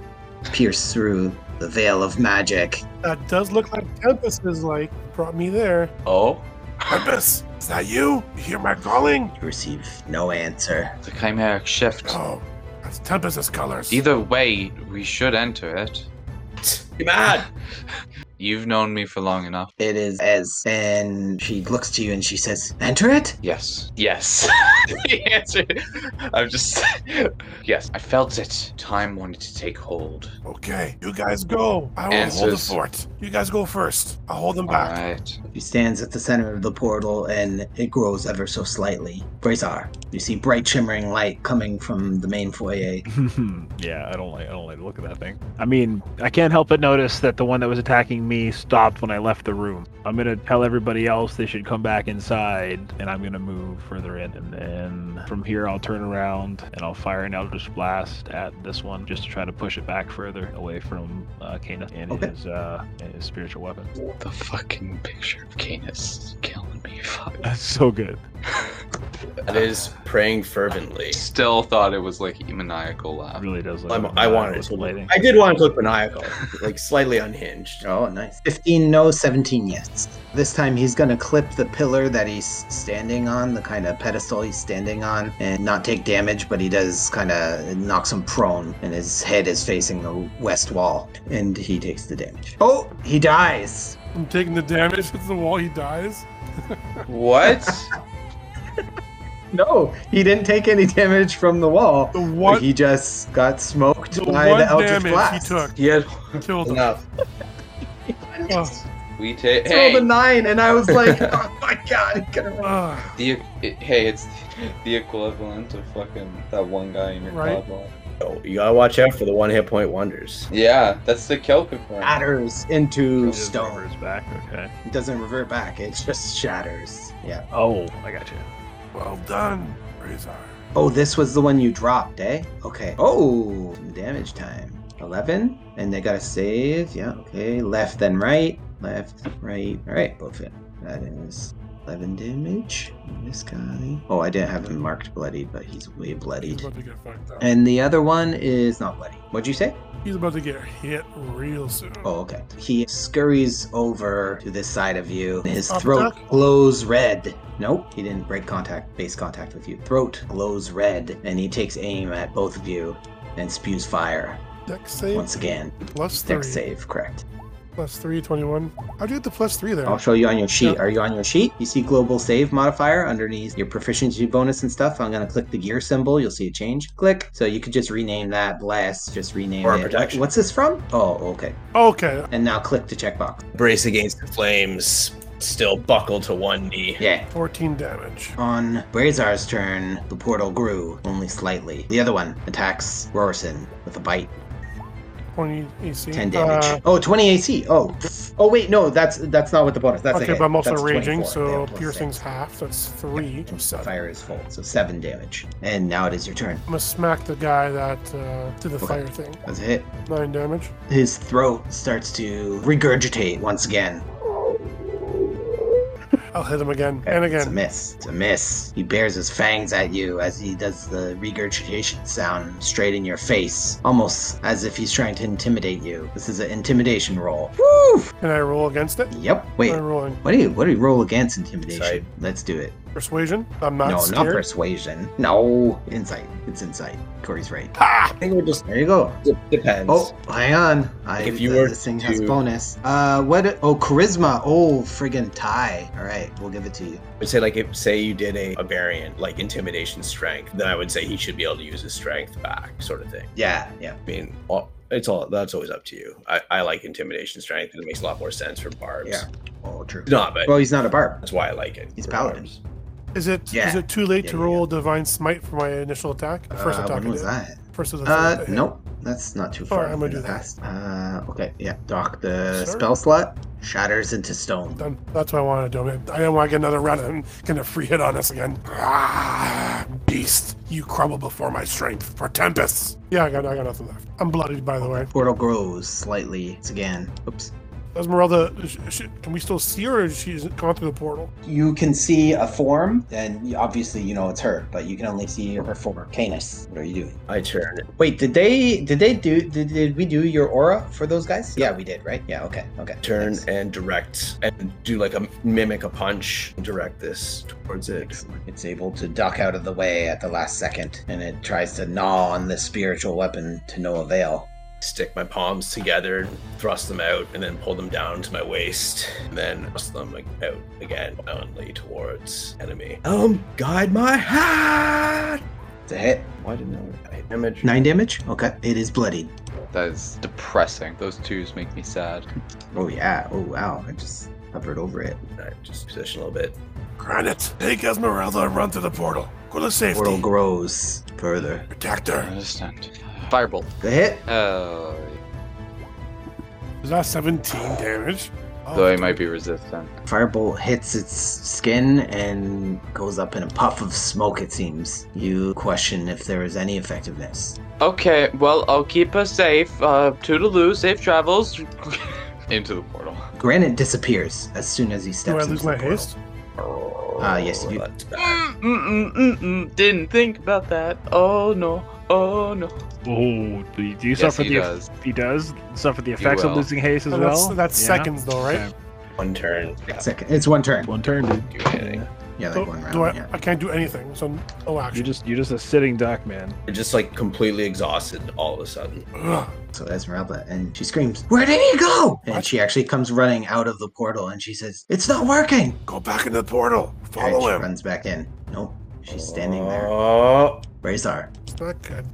B: pierce through the veil of magic.
E: That does look like Tempest is like brought me there.
D: Oh?
E: Tempest, is that you? You hear my calling?
B: You receive no answer.
D: The chimeric shift.
E: Oh, that's Tempest's colors.
D: Either way, we should enter it.
F: You mad?
D: You've known me for long enough.
B: It is Ez, and she looks to you and she says, "Enter it."
D: Yes. Yes. [laughs] the answer. I'm just. [laughs] yes, I felt it. Time wanted to take hold.
E: Okay, you guys go. I will hold the
D: Answers.
E: fort. You guys go first. I'll hold
I: Ah.
E: them back.
D: Alright.
B: She stands at the center of the portal, and it grows ever so slightly. Brazar, you see bright shimmering light coming from the main foyer.
C: [laughs] yeah, I don't like I don't like the look of that thing. I mean, I can't help but notice that the one that was attacking me stopped when I left the room. I'm gonna tell everybody else they should come back inside, and I'm gonna move further in, and then from here I'll turn around and I'll fire an Eldritch Blast at this one just to try to push it back further away from uh, Kana and
B: Okay.
C: his uh, and his spiritual weapon.
D: The fucking picture of Canis is killing me. Fuck.
C: [laughs] That's so good.
F: That is praying fervently.
D: Still thought it was like a maniacal laugh.
C: really does. Look
F: I'm, I wanted it to look. I did want it to look maniacal, like slightly unhinged.
B: Oh, nice. 15 no, 17 yes. This time he's going to clip the pillar that he's standing on, the kind of pedestal he's standing on, and not take damage, but he does kind of knocks him prone, and his head is facing the west wall, and he takes the damage. Oh, he dies.
E: I'm taking the damage. It's the wall. He dies.
D: What?
B: No, he didn't take any damage from the wall.
E: The
B: What?
E: one,
B: He just got smoked
E: the
B: by
E: one
B: the Eldritch
E: damage
B: Blast.
E: he took
D: he had.
E: killed him.
F: Enough.
E: Oh,
D: We take.
B: He rolled
D: Hey,
B: a nine, and I was like, oh my god, he's gonna run.
E: ah,
D: the, it- hey, it's the equivalent of fucking that one guy in your
E: Right.
D: club. line.
F: Oh, you gotta watch out for the one hit point wonders.
D: Yeah, that's the Kelpin.
B: Shatters into
C: It just
B: stone.
C: reversed back. Okay.
B: It doesn't revert back, it just shatters. Yeah.
C: Oh, I got you.
E: well done, Razor.
B: Oh, this was the one you dropped, eh? Okay. Oh, some damage time. 11. And they got to save. Yeah, okay. Left, then right. Left, right. All right, both hit. That is 11 damage. And This guy. Oh, I didn't have him marked bloodied, but he's way
E: He's
B: bloodied.
E: about to get fucked up.
B: And the other one is not bloody. What'd you say?
E: He's about to get hit real soon.
B: Oh, okay. He scurries over to this side of you. His
E: Upper
B: throat
E: deck?
B: glows red. Nope, he didn't break contact, base contact with you. Throat glows red, and he takes aim at both of you and spews fire
E: Deck save
B: once again.
E: plus three.
B: Dex save, correct.
E: Plus three, 21. How'd you get the plus three there?
B: I'll show you on your sheet.
E: Yeah.
B: Are you on your sheet? You see global save modifier underneath your proficiency bonus and stuff. I'm gonna click the gear symbol. You'll see a change. Click. So you could just rename that blast. Just rename
F: Or
B: it.
F: protection.
B: What's this from? Oh, okay.
E: okay,
B: And now click the checkbox.
F: Brace against the flames, still buckled to one knee.
B: Yeah.
E: 14 damage.
B: On Brazar's turn, the portal grew only slightly. The other one attacks Rorson with a bite.
E: 20 AC.
B: 10 damage.
E: Uh,
B: oh, 20 AC. Oh. pff. Oh wait, no, that's that's not with the bonus. That's a
E: okay,
B: hit.
E: but I'm also
B: That's
E: raging,
B: 24. They
E: so
B: have plus
E: piercing's
B: six.
E: half. That's three. So seven.
B: Fire is full, so 7 damage. And now it is your turn.
E: I'm gonna smack the guy that uh, did the
B: Okay.
E: fire thing.
B: That's a hit.
E: Nine damage.
B: His throat starts to regurgitate once again.
E: I'll hit him again
B: Okay,
E: and
B: It's a
E: again.
B: miss. It's a miss. He bares his fangs at you as he does the regurgitation sound straight in your face, almost as if he's trying to intimidate you. This is an intimidation roll. Woo!
E: Can I roll against it?
B: Yep. Wait.
E: I'm rolling
B: What do you what do you roll against intimidation?
F: Insight.
B: Let's do it.
E: persuasion. I'm not
B: no,
E: scared.
B: not persuasion. No, insight. It's insight. Corey's right.
F: I think we're just
B: There you go.
F: depends.
B: Oh, hang on. I,
F: If you
B: uh,
F: were
B: this thing has
F: to-
B: bonus. Uh, what? Oh, charisma. Oh, friggin' tie. All right, we'll give it to you.
F: I would say like if say you did a barbarian like intimidation strength, then I would say he should be able to use his strength back, sort of thing.
B: Yeah, yeah.
F: I mean, all, it's all that's always up to you. I, I like intimidation strength because it makes a lot more sense for barbs.
B: Yeah. Oh, true.
F: It's not, but
B: Well, he's not a barb.
F: that's why I like it.
B: He's
F: for
B: paladin.
F: barbs.
E: Is it
B: Yeah.
E: is it too late
B: Yeah,
E: to
B: yeah,
E: roll divine smite for my initial attack? The first
B: uh,
E: attack
B: when
E: I
B: was
E: did.
B: that?
E: First of the
B: Uh,
E: third.
B: nope. that's not too
E: All
B: far.
E: right, I'm gonna do that.
B: Fast. Uh, okay, yeah. Dock the
E: Yes, sir.
B: spell slot. Shatters into stone.
E: Done. That's what I wanted to do. I didn't want to get another round of him getting a free hit on us again. Ah, beast, you crumble before my strength. For Tempest. Yeah, I got, I got nothing left. I'm bloodied, by the way.
B: Portal grows slightly once again. Oops.
E: Esmeralda, is- is she- can we still see her? Or is she gone through the portal?
B: You can see a form, and you- obviously you know it's her, but you can only see her form. Canis, what are you doing?
F: I turn.
B: Wait, did they did they do did, did we do your aura for those guys? Yeah, we did, right? Yeah, okay, okay.
F: turn and direct and do like a mimic a punch and direct this towards it
B: It's able to duck out of the way at the last second, and it tries to gnaw on the spiritual weapon to no avail.
F: stick my palms together thrust them out and then pull them down to my waist and then thrust them like, out again violently towards enemy
B: Um, guide my hat. It's a hit.
D: Why didn't I?
F: damage
B: Nine damage. Okay, it is bloodied.
D: That is depressing. Those twos make me sad.
B: Oh yeah. Oh wow. I just hovered over it.
F: Alright, just position a little bit
E: Granite, take Esmeralda and run through the portal. Go to safety.
B: Portal grows further.
E: Protect
D: I
E: her.
D: understand. Firebolt.
B: The hit.
D: Oh,
E: Is that 17 damage? Oh.
D: though I might be resistant.
B: Firebolt hits its skin and goes up in a puff of smoke. It seems. You question if there is any effectiveness.
D: Okay, well, I'll keep us safe. Uh, toodaloo, safe [laughs] travels. Into the portal.
B: Granite disappears as soon as he
E: Do I
B: steps
E: lose
B: into the
E: my
B: portal.
E: haste? Oh,
B: Ah, yes, you do.
D: Mm-mm-mm-mm. Didn't think about that. Oh no. Oh no.
C: Oh, do you, do you
D: Yes,
C: suffer
D: he
C: the
D: does.
C: eff- he does suffer the effects of
D: will.
C: losing haste as
E: Oh, that's
C: well?
E: that's
C: Yeah.
E: seconds, though, right?
C: Okay.
F: one turn
B: Second. It's one turn.
C: One turn, dude.
D: Do anything.
B: Yeah,
E: So,
B: like one round.
E: Oh, do I,
B: yeah.
E: I can't do anything, so oh, no
C: You're
E: action.
C: just you're just a sitting duck, man.
F: They're just like completely esexhausted all of a sudden
E: Ugh.
B: So Esmeralda, and she screams, "Where did he go?" And
E: What?
B: she actually comes running out of the portal, and she says, "It's not working."
E: Go back into the portal.
B: And
E: Follow
B: she
E: him.
B: runs back in. Nope, she's standing there.
F: oh
B: Razar.
E: It's not good.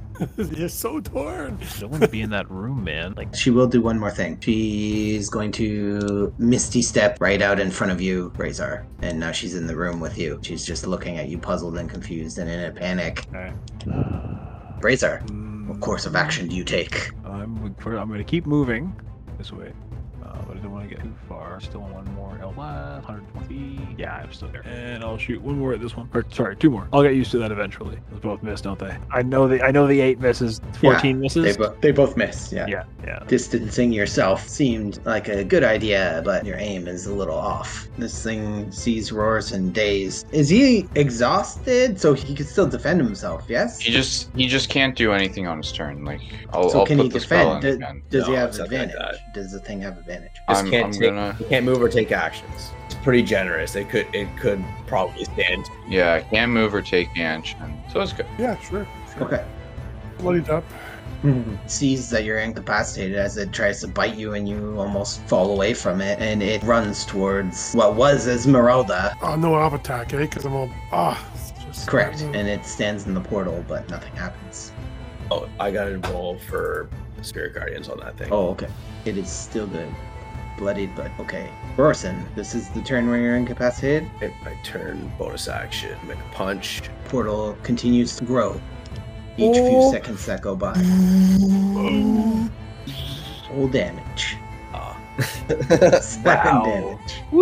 E: [laughs] You're so torn.
C: Don't want to be in that room, man. Like
B: She will do one more thing. She's going to misty step right out in front of you, Razor. And now she's in the room with you. She's just looking at you, puzzled and confused, and in a panic.
C: Alright.
B: Razor, what course of action do you take?
C: mm, I'm I'm gonna keep moving this way. Uh, but I don't want to get too far. Still on one more L left, 120. Yeah, I'm still there. And I'll shoot one more at this one. Or sorry, two more. I'll get used to that eventually. Those both miss, don't they? I know the I know the eight misses. Fourteen misses.
B: they both miss. Yeah.
C: yeah, yeah.
B: Distancing yourself seemed like a good idea, but your aim is a little off. This thing sees roars and days. Is he exhausted? So he can still defend himself, yes?
D: He just he just can't do anything on his turn. Like I'll,
B: so
D: I'll
B: can
D: put
B: he
D: the spell
B: defend?
D: in
B: Do-
D: again.
B: does he
F: No,
B: have
F: it's not like
B: advantage?
F: that.
B: does the thing have advantage?
F: Just
D: I'm,
F: can't
D: I'm
F: take-
D: gonna
F: can't move or take actions it's pretty generous it could it could probably stand
D: yeah, I can move or take the action. So it's good.
E: Yeah, sure.
B: Okay.
E: Bloodied up.
C: Mm-hmm.
B: sees that you're incapacitated as it tries to bite you and you almost fall away from it and it runs towards what was Esmeralda.
E: Oh, no up attack, eh? Because I'm all. Ah, it's just.
B: Correct.
C: Mm-hmm.
B: And it stands in the portal but nothing happens.
F: oh i gotta roll for spirit guardians on that thing
B: Oh, okay. It is still good. Bloodied, but okay. Rorson, this is the turn where you're incapacitated.
F: Hit my turn, bonus action, make a
B: [laughs]
F: punch.
B: Portal continues to grow each few
F: Oh.
B: seconds that go by. Full damage.
F: Ah.
B: Second
F: Wow.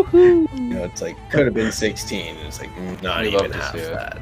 B: damage.
F: You know, it's like could have been 16. and It's like mm, not
D: We'd love
F: even
D: to
F: half
D: see it.
F: that.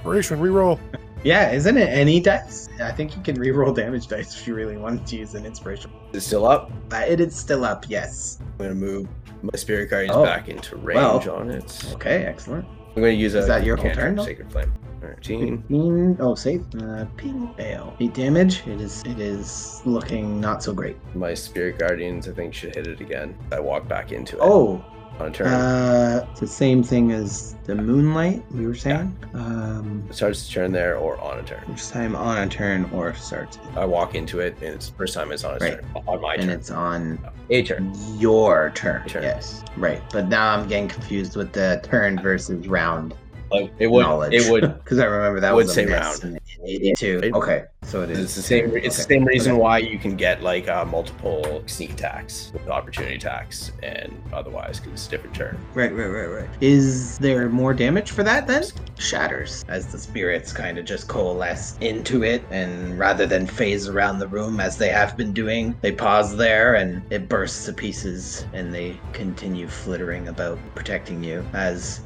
E: Operation, reroll.
B: Yeah, isn't it any dice? I think you can reroll damage dice if you really wanted to use an inspiration.
F: It's still up.
B: Uh, it is still up, yes.
F: I'm gonna move my spirit guardians
B: Oh.
F: back into range
B: Well.
F: on it.
B: Okay, excellent.
F: I'm gonna use
B: Is
F: a
B: that your whole
F: cantrip,
B: turn, though?
F: Sacred flame. 13.
B: 15. Oh, save. Uh, ping. Fail. Eight damage. It is. It is looking not so great.
F: My spirit guardians, I think, should hit it again. I walk back into it.
B: Oh,
F: on a turn.
B: uh, it's the same thing as the moonlight we were saying. Um,
F: it starts to turn there or on a turn.
B: first time on a turn or starts,
F: I walk into it, and it's first time it's on a
B: Right.
F: turn. On my
B: and
F: turn.
B: it's on
F: A turn.
B: your turn.
F: Turn.
B: Yes, right. But now I'm getting confused with the turn versus round.
D: Like, it would.
B: knowledge. [laughs]
D: It would.
B: because I remember that
D: would
B: was a
D: say
B: mess
D: round.
B: and It, it too.
F: It-
B: okay, so it is.
F: It's the same. It's the
B: Okay.
F: same reason
B: Okay.
F: why you can get like uh, multiple sneak attacks, with opportunity attacks, and otherwise because it's a different turn.
B: Right, right, right, right. Is there more damage for that then? Shatters as the spirits kind of just coalesce into it, and rather than phase around the room as they have been doing, they pause there and it bursts to pieces, and they continue flittering about, protecting you as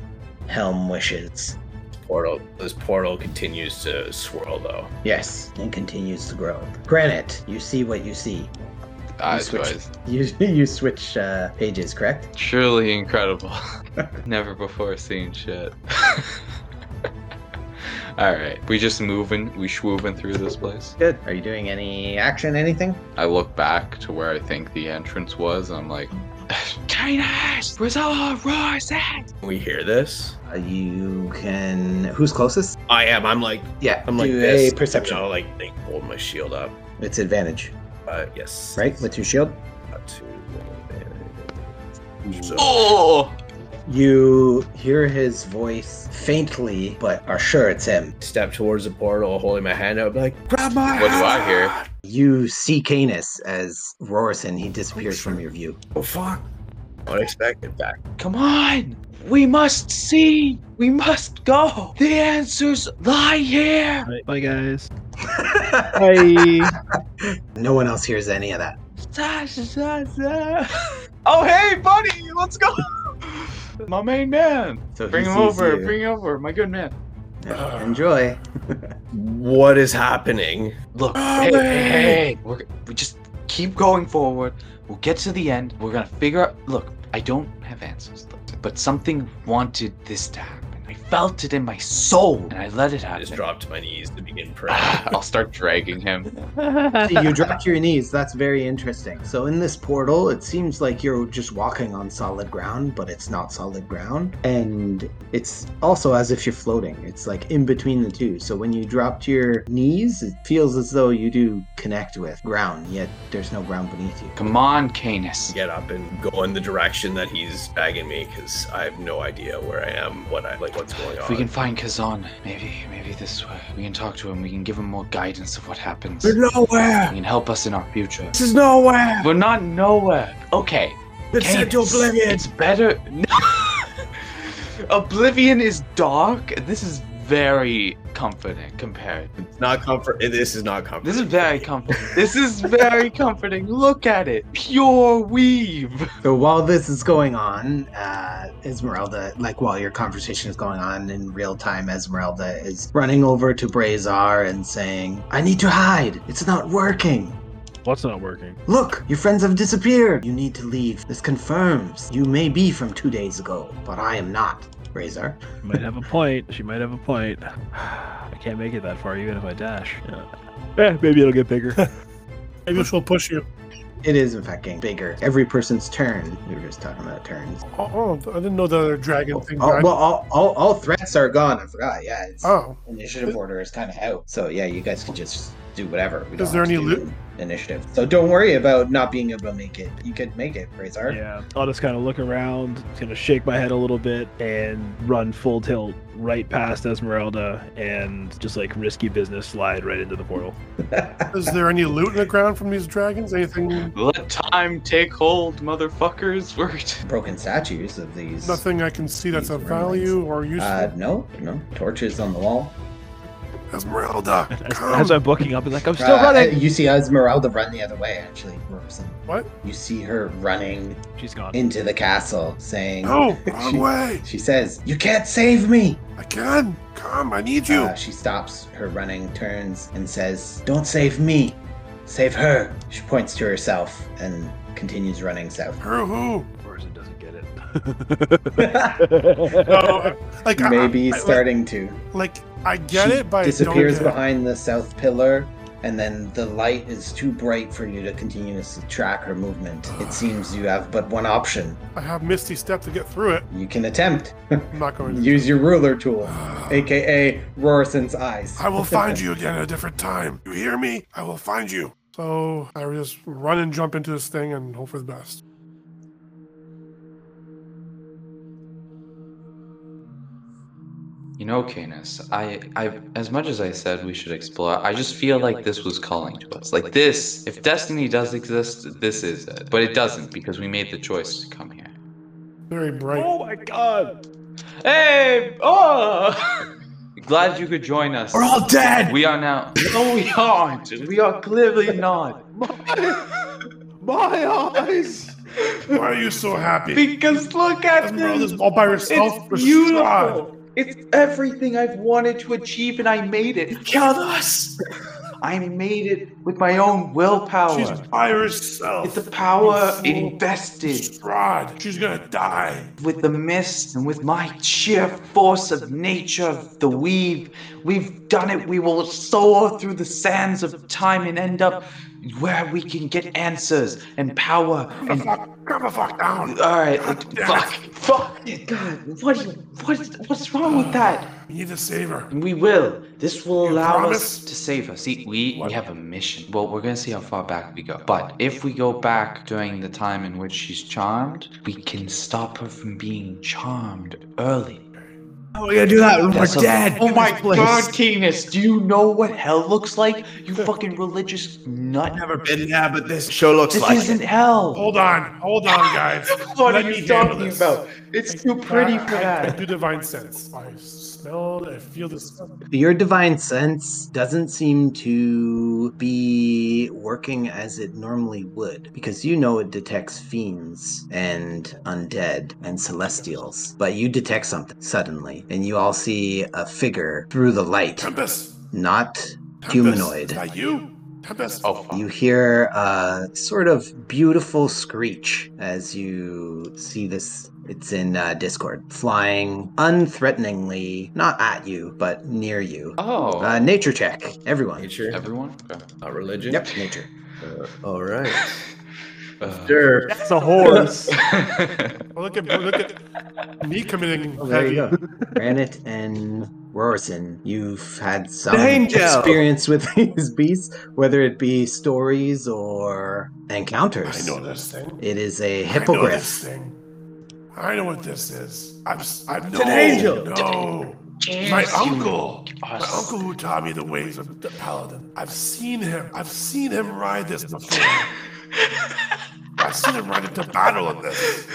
B: Helm wishes.
F: Portal. This portal continues to swirl though.
B: Yes, and continues to grow. Granite, you see what you see. [laughs]
D: I,
B: You switch, you, you switch uh, pages, correct?
D: Surely incredible. [laughs] Never before seen shit. [laughs] All right, we just moving, we swooving through this place.
B: Good. Are you doing any action, anything?
D: I look back to where I think the entrance was, and I'm like, Chinese, Rizal, Royce.
F: We hear this.
B: Uh, you can. Who's closest?
F: I am. I'm like.
B: Yeah,
F: I'm like
B: do
F: this.
B: a perception.
F: You know, like, like hold my shield up.
B: It's advantage,
F: Uh, yes.
B: right? With your shield,
F: Got to roll advantage. So,
D: Oh!
B: you hear his voice faintly, but are sure it's him.
F: Step towards the portal, holding my hand out, be like
J: Grab my
D: What do I hear?
B: You see Canis as Rorison. He disappears from your view.
J: Oh, fuck.
F: unexpected back.
D: Come on! We must see! We must go! The answers lie here!
G: Right, bye guys.
B: [laughs] No one else hears any of that.
D: [laughs] Oh, hey, buddy! Let's go! My main man!
B: So he
D: Bring him
B: sees
D: over,
B: you.
D: bring him over, my good man.
B: Yeah, Enjoy.
F: What is happening?
D: Look, hey, hey, hey, we're, we just keep going forward. We'll get to the end. We're gonna figure out. Look, I don't have answers, but something wanted this to happen. I felt it in my soul, and I let it
F: I
D: happen. Ah,
F: just dropped to my knees to begin praying.
D: I'll start dragging [laughs] him.
B: See, you drop to your knees. That's very interesting. So in this portal, it seems like you're just walking on solid ground, but it's not solid ground. And it's also as if you're floating. It's like in between the two. So when you drop to your knees, it feels as though you do connect with ground, yet there's no ground beneath you.
D: Come on, Canis.
F: Get up and go in the direction that he's dragging me because I have no idea where I am, what I like, what's going on.
D: If we can find Kazan, maybe, maybe this way. We can talk to him. We can give him more guidance of what happens.
J: We're
D: He
J: nowhere.
D: can help us in our future.
J: This is nowhere.
D: We're not nowhere. Okay,
J: It's sent to
D: Canis,
J: oblivion.
D: It's better. [laughs] Oblivion is dark. and This is very comforting compared.
F: It's not comfort. This is not comfort.
D: This is very comforting. this is very comforting. Look at it. Pure weave.
B: So while this is going on, uh, Esmeralda, like while your conversation is going on in real time, Esmeralda is running over to Brazar and saying, I need to hide. It's not working.
C: What's not working?
B: Look, your friends have disappeared. You need to leave. This confirms you may be from two days ago, but I am not. Razor.
C: She might have a point. She might have a point. [sighs] I can't make it that far, even if I dash. Yeah. Eh, maybe it'll get bigger.
E: Maybe she'll push you.
B: It is, in fact, getting bigger. Every person's turn. We were just talking about turns.
E: Oh, oh, I didn't know the other dragon thing.
B: Oh,
E: died.
B: well, all, all, all threats are gone. I forgot. Yeah, it's,
E: oh,
B: initiative order is kind of out. So, yeah, you guys can just do whatever. We
E: Is there
B: have to
E: any
B: do
E: loot?
B: Initiative. So, don't worry about not being able to make it. You could make it, Razor.
C: Yeah, I'll just kind of look around, kind of shake my head a little bit, and run full tilt right past Esmeralda, and just like risky business slide right into the portal.
E: is there any loot in the ground from these dragons? Anything?
D: Let time take hold, motherfuckers. We're t-
B: Broken statues of these.
E: Nothing I can see that's of value or useful.
B: Uh, no, no. Torches on the wall.
E: Esmeralda,
C: As,
E: come.
C: as I'm booking up, I'm like, I'm still
B: Uh, [laughs]
C: running.
B: You see Esmeralda run the other way, actually. Robeson.
E: What?
B: You see her running
C: She's gone.
B: into the castle, saying,
E: no, wrong
B: She-
E: way.
B: She says, You can't save me!
E: I can. Come, I need you.
B: Uh, she stops her running, turns, and says, Don't save me! Save her! She points to herself and continues running south.
E: Her [laughs] who?
C: Person doesn't get it.
E: [laughs] No, like I-
B: Maybe
E: I- I-
B: starting to.
E: Like, I get
B: She
E: it, but I
B: disappears
E: don't get it.
B: behind the south pillar, and then the light is too bright for you to continuously track her movement. It seems you have but one option.
E: I have Misty Step to get through it.
B: You can attempt.
E: I'm not going to.
B: Use your ruler tool, aka Rorison's eyes.
E: I Uh, will find you again at a different time. You hear me? I will find you. So I just run and jump into this thing and hope for the best.
D: You know, Canis, I, I, as much as I said we should explore, I just feel like this was calling to us. Like this, if destiny does exist, this is it. But it doesn't because we made the choice to come here.
E: Very bright. Oh
G: my god!
D: Hey! Oh! Glad you could join us.
E: We're all dead!
D: We are now. No, we aren't. We are clearly [laughs] not.
E: My eyes! Why are you so happy?
D: Because look at
E: Esmeralda's all by herself.
D: It's beautiful. It's everything I've wanted to achieve, and I made it. Killed us. I made it with my own willpower.
E: She's by herself.
D: It's the power
E: You fool.
D: invested
E: Strahd, she's gonna die.
D: with the mist and with my sheer force of nature, of the weave. We've done it. We will soar through the sands of time and end up where we can get answers and power and
E: Come the fuck down.
D: all right, fuck, fuck, God, what, what, what's wrong with that?
E: We need to save her.
D: We will. This will allow us
E: promise?
D: to save us. See, we, we have a mission. Well, we're gonna see how far back we go. But if we go back during the time in which she's charmed, we can stop her from being charmed early.
J: How are we gonna do that when
D: That's
J: we're
D: a-
J: dead?
D: Oh my
J: Place.
D: God, Canis, do you know what hell looks like? You fucking religious nut.
J: Never Oh, been there, but this sure looks
D: This
J: like it.
D: isn't hell.
E: Hold on, hold on, guys.
D: [laughs] What
E: Let
D: are
E: me
D: you
E: handle
D: talking
E: this.
D: about? It's too pretty for
E: I- I- I
D: that.
E: do divine sense. I smell it. I feel the smell.
B: Your divine sense doesn't seem to be working as it normally would because you know it detects fiends and undead and celestials, but you detect something suddenly and you all see a figure through the light,
E: Tempest.
B: not
E: Tempest. Is
B: humanoid.
E: that you? Tempest.
D: Oh, fuck.
B: You hear a sort of beautiful screech as you see this. It's in uh, Discord, flying unthreateningly, not at you, but near you.
D: Oh.
B: Uh, nature check, everyone.
F: Nature,
D: Everyone? Okay.
F: not religion.
B: Yep, nature.
F: Uh, all right.
D: Uh,
F: Sure.
C: That's a horse.
E: Oh, look at look at me committing
B: Oh, there
E: heavy.
B: you go. Granite and Rorson, you've had some
J: Danger!
B: experience with [laughs] these beasts, whether it be stories or encounters.
E: I know this thing.
B: It is a
E: I know this
B: hippogriff.
E: thing. I know what this is. I'm. s- I'm
J: an
E: no,
J: angel.
E: No. My uncle. My uncle who taught me the ways of the paladin. I've seen him. I've seen him ride this before. I've seen him ride into battle on this.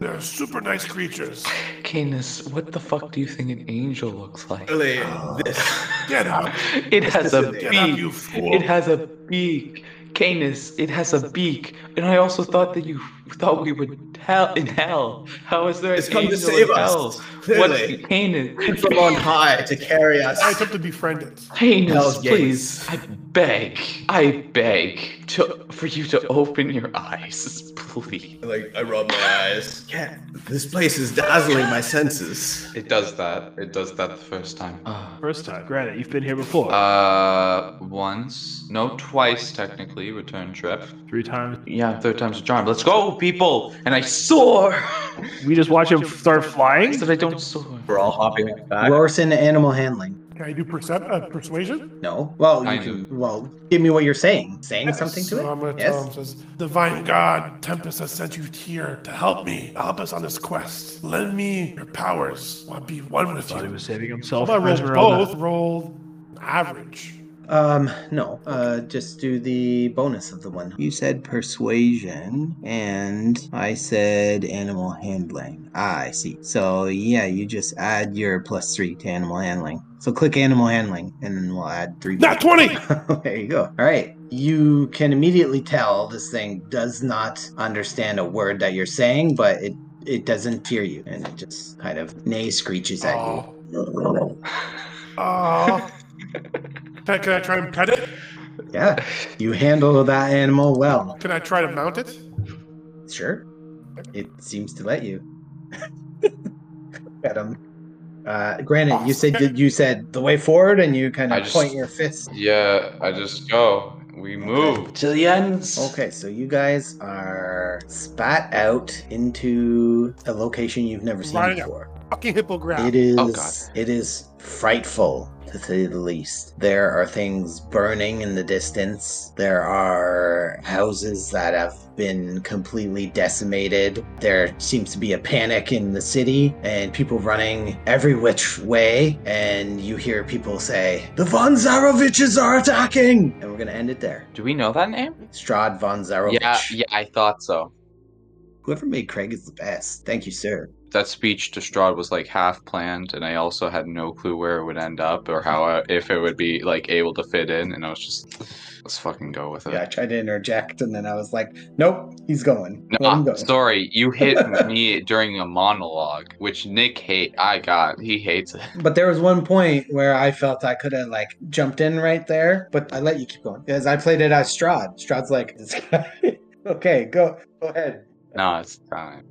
E: They're super nice creatures.
D: Canis, what the fuck do you think an angel looks like?
F: Really, this.
E: Get out.
D: It has a
E: Get out,
D: beak.
E: you fool.
D: It has a beak. Canis, it has a beak. And I also thought that you thought we were hell in hell. How is there an
F: It's come to
D: angel
F: save
D: in
F: us,
D: hell?
F: clearly.
D: What Canis?
F: from on high to carry us.
E: I attempt to befriend it.
D: Canis,
F: Hell's gates.
D: please. I beg. I beg to for you to open your eyes, please.
F: Like I rub my eyes.
K: Yeah, this place is dazzling my senses.
D: It does that. It does that the first time. Uh,
C: First time, granted, you've been here before.
D: Uh, once, no, twice technically. Return trip.
C: Three times.
D: Yeah, third time's a charm. Let's go, people! And I soar,
C: We just watch him start flying.
D: so that I don't soar.
F: We're all hopping back.
B: Rorson animal handling.
E: Can I do percep- uh, persuasion?
B: No. Well, you
D: Kind
B: can. Well, give me what you're saying. Saying something
E: so I'm
B: to
E: gonna
B: it.
E: tell him,
B: Yes.
E: says, Divine God, Tempest has sent you here to help me, help us on this quest. Lend me your powers. I want to be one with
C: Thought he
E: you.
C: was saving
E: So
C: himself.
E: if I
C: for
E: roll
C: Esmeralda.
E: both, roll average.
B: Um. No. Uh. Just do the bonus of the one. You said persuasion, and I said animal handling. Ah, I see. So yeah, you just add your plus three to animal handling. So click animal handling, and then we'll add three.
E: Not 20!
B: [laughs] there you go. All right. You can immediately tell this thing does not understand a word that you're saying, but it it doesn't hear you, and it just kind of neigh screeches at
E: Oh.
B: you.
E: Aw. can, I, can I try and pet it?
B: Yeah, you handle that animal well.
E: Can I try to mount it?
B: Sure, it seems to let you. [laughs] Pet him. Uh, granted, you said that you said the way forward, and you kind
D: I
B: of
D: just-
B: point your fist.
D: Yeah, I just go. We move.
B: to the ends. Okay, so you guys are spat out into a location you've never seen
E: Right.
B: before.
L: fucking hippogriff.
B: It is it is frightful to say the least. There are things burning in the distance. There are houses that have been completely decimated. There seems to be a panic in the city and people running every which way and you hear people say, "The von Zaroviches are attacking." And we're going to end it there.
D: Do we know that name?
B: Strad von Zarovich.
D: Yeah, yeah, I thought so.
B: Whoever made Craig is the best. Thank you, sir.
D: That speech to Strahd was like half planned, and I also had no clue where it would end up or how I, if it would be like able to fit in. And I was just, let's fucking go with it.
B: Yeah, I tried to interject and then I was like, "Nope, he's going." Let him
D: Nah,
B: go.
D: sorry,
B: [laughs]
D: you hit me during a monologue, which Nick hate. I got he hates it.
B: But there was one point where I felt I could have like jumped in right there, but I let you keep going because I played it as Strahd. Strahd's like, [laughs] this guy. okay, go go ahead.
D: No, it's fine.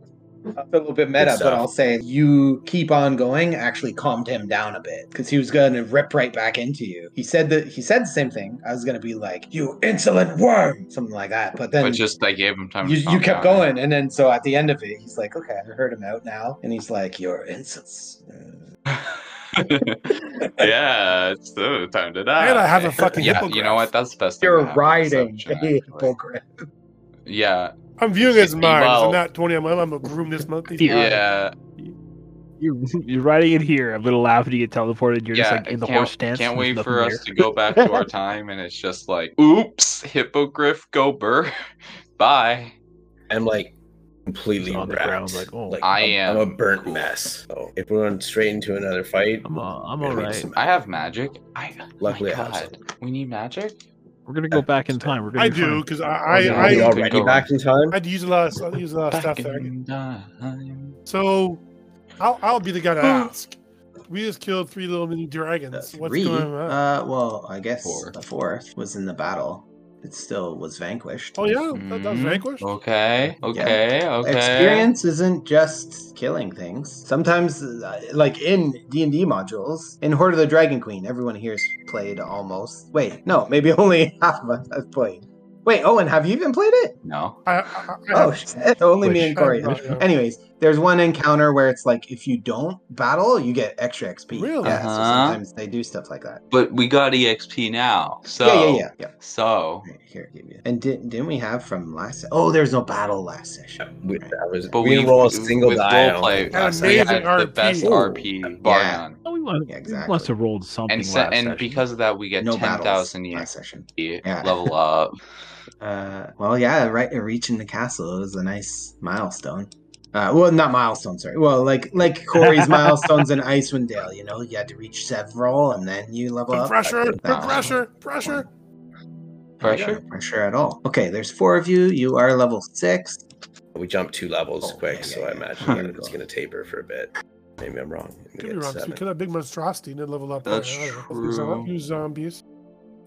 B: That's a little bit meta, but I'll say you keep on going. Actually, calmed him down a bit because he was going to rip right back into you. He said that he said the same thing. I was going to be like, you insolent worm, something like that. But then
D: but just I gave him time.
B: you,
D: to
B: you
D: calm
B: kept
D: down.
B: going, and then so at the end of it, he's like, okay, I heard him out now, and he's like, uh, you're insolent.
D: [laughs] yeah, it's the time to die.
B: And I have a fucking
D: [laughs] yeah. You
B: hippogriff.
D: know what? That's the best. thing
B: You're
D: that happened.
B: riding [laughs] a hippogriff.
D: Yeah.
L: I'm viewing it as mine.
D: Well-
L: I'm not 20. I'm, I'm a groom this month. These guys-
D: Yeah.
C: You're, you're riding it here. I'm gonna laugh when you get teleported. You're just
D: yeah,
C: like in the
D: can't,
C: horse stance.
D: Can't
C: and there's
D: wait for
C: nothing
D: us to go back to our time, and it's just like, oops, hippogriff, go burr, [laughs] bye.
F: I'm like completely
D: on the
F: wrecked.
D: ground, like, oh.
F: Like,
D: I
F: I'm-
D: am
F: I'm a burnt mess. So if we went straight into another fight,
C: I'm, uh, I'm
D: I have magic. I oh
F: Luckily,
D: my
F: I have
D: God, we need magic.
C: We're gonna go back in time. We're gonna.
L: I
C: be
L: do
C: fine.
L: because I I,
C: Yeah,
L: I,
C: we already Go. back
F: in time.
L: I'd use a lot. Of, I'd use a lot of stuff there. So, I'll I'll be the guy to ask. We just killed three little mini dragons. What's
B: three.
L: going on?
B: Uh, well, I guess the fourth was in the battle. It still was vanquished.
L: oh yeah, that, that was
B: Mm-hmm.
L: vanquished.
D: Okay, okay, okay.
B: Experience isn't just killing things. Sometimes, uh, like in D and D modules, in Horde of the Dragon Queen, everyone here's played almost. Wait, no, maybe [laughs] only half of us have played. Wait, Owen, have you even played it?
D: No.
L: I, I,
B: Oh shit! Only me
L: Wish.
B: and Corey.
L: Oh, yeah.
B: Anyways, there's one encounter where it's like if you don't battle, you get extra XP.
L: Really?
B: Yeah. So
D: Uh-huh.
B: sometimes they do stuff like that.
D: But we got EXP now. So
B: Yeah, yeah, yeah, yeah.
D: So
B: here, give you. And didn't, didn't we have from last? se- Oh, there's no battle last session.
F: We, that was,
D: but
F: we,
D: we uh,
F: roll a single
D: with
F: die.
D: role play,
F: on-
D: uh, we had the best
F: Ooh.
D: RP bar
F: Yeah.
D: none.
C: Oh, we want,
B: yeah,
C: exactly. Must have rolled something
D: And, se-
C: last
D: and
C: session.
D: because of that, we get
B: No
D: ten thousand EXP level up.
B: Uh, well, yeah, right. Reaching the castle is a nice milestone. Uh, well, not milestone, sorry. Well, like like
D: [laughs]
B: Corey's milestones in Icewind Dale. You know, you had to reach several, and then you level
L: Put
B: up.
L: pressure, put
B: Nah.
L: pressure, pressure.
B: Pressure? No pressure at all. Okay, there's four of you. You are level six.
F: We jumped two levels quick, so I imagine that it's going to taper for a bit. Maybe I'm wrong.
L: Could be wrong. 'cause We
F: Seven.
L: killed that big monstrosity and then leveled up.
F: That's
L: I don't know.
F: true.
L: You zombies.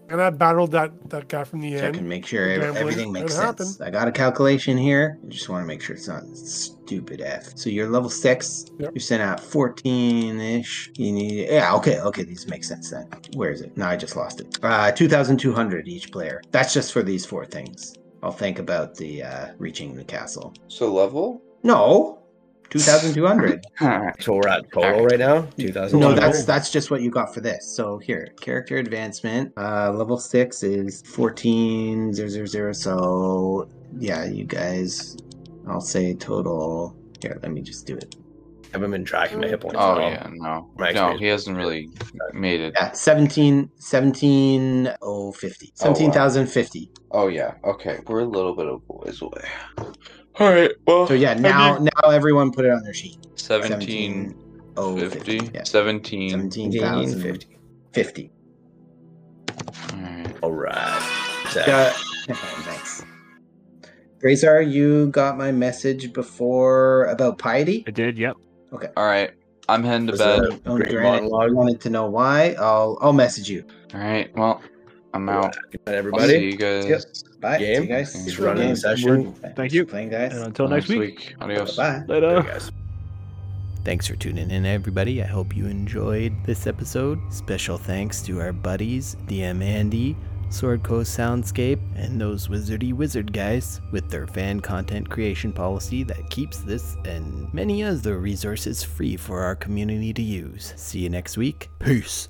L: And I battled that that guy from the
B: Check
L: end.
B: and make sure
L: The
B: ev-
L: gambling.
B: everything makes
L: It
B: sense. I got a calculation here. I just want to make sure it's not stupid F. So you're level six. You sent out 14 ish. You need, yeah, okay, okay, these make sense then. Where is it? No, I just lost it. Uh, 2,200 each player. That's just for these four things. I'll think about the uh, reaching the castle.
H: So
D: [laughs]
H: level?
B: No, 2,200.
D: Oh,
F: So we're at total right now. Two thousand.
B: No, that's that's just what you got for this. So here, character advancement, uh, level six is fourteen zero zero zero. So yeah, you guys, I'll say total. Here, let me just do it.
F: haven't been tracking my hit points.
D: Oh
F: at all.
D: yeah, no,
F: My
D: no,
F: experience-
D: he hasn't really made it.
B: Yeah, 17, 17,050.
D: Oh, wow.
B: 17,050.
H: Oh yeah. Okay, we're a little bit of ways away.
B: All right. Well, so yeah,
H: I
B: now
H: mean-
B: now everyone put it on their sheet. oh,
D: 17, 50, 17,
B: 17,050. 50.
D: Alright.
B: Yeah. [laughs] nice. Grazar, you got my message before about piety? I
C: did, yep.
B: Okay.
D: All right. I'm heading to
B: Was
D: bed.
B: that a- Oh, Granite, I wanted to know why. I'll I'll message you.
D: All right. Well, I'm out.
F: everybody.
D: I'll see you guys.
B: Yep. Bye. See you
F: Game.
B: guys.
F: He's running the session.
C: Thank you.
B: Playing guys.
C: And until
A: Next
C: next,
A: week.
D: week. Adios.
B: Bye.
C: Later.
A: Thanks for tuning in, everybody. I hope you enjoyed this episode. Special thanks to our buddies, DM Andy,
B: E, Sword Coast Soundscape, and those wizardy wizard guys with their fan content creation policy that keeps this and many other resources free for our community to use. See you next week. Peace.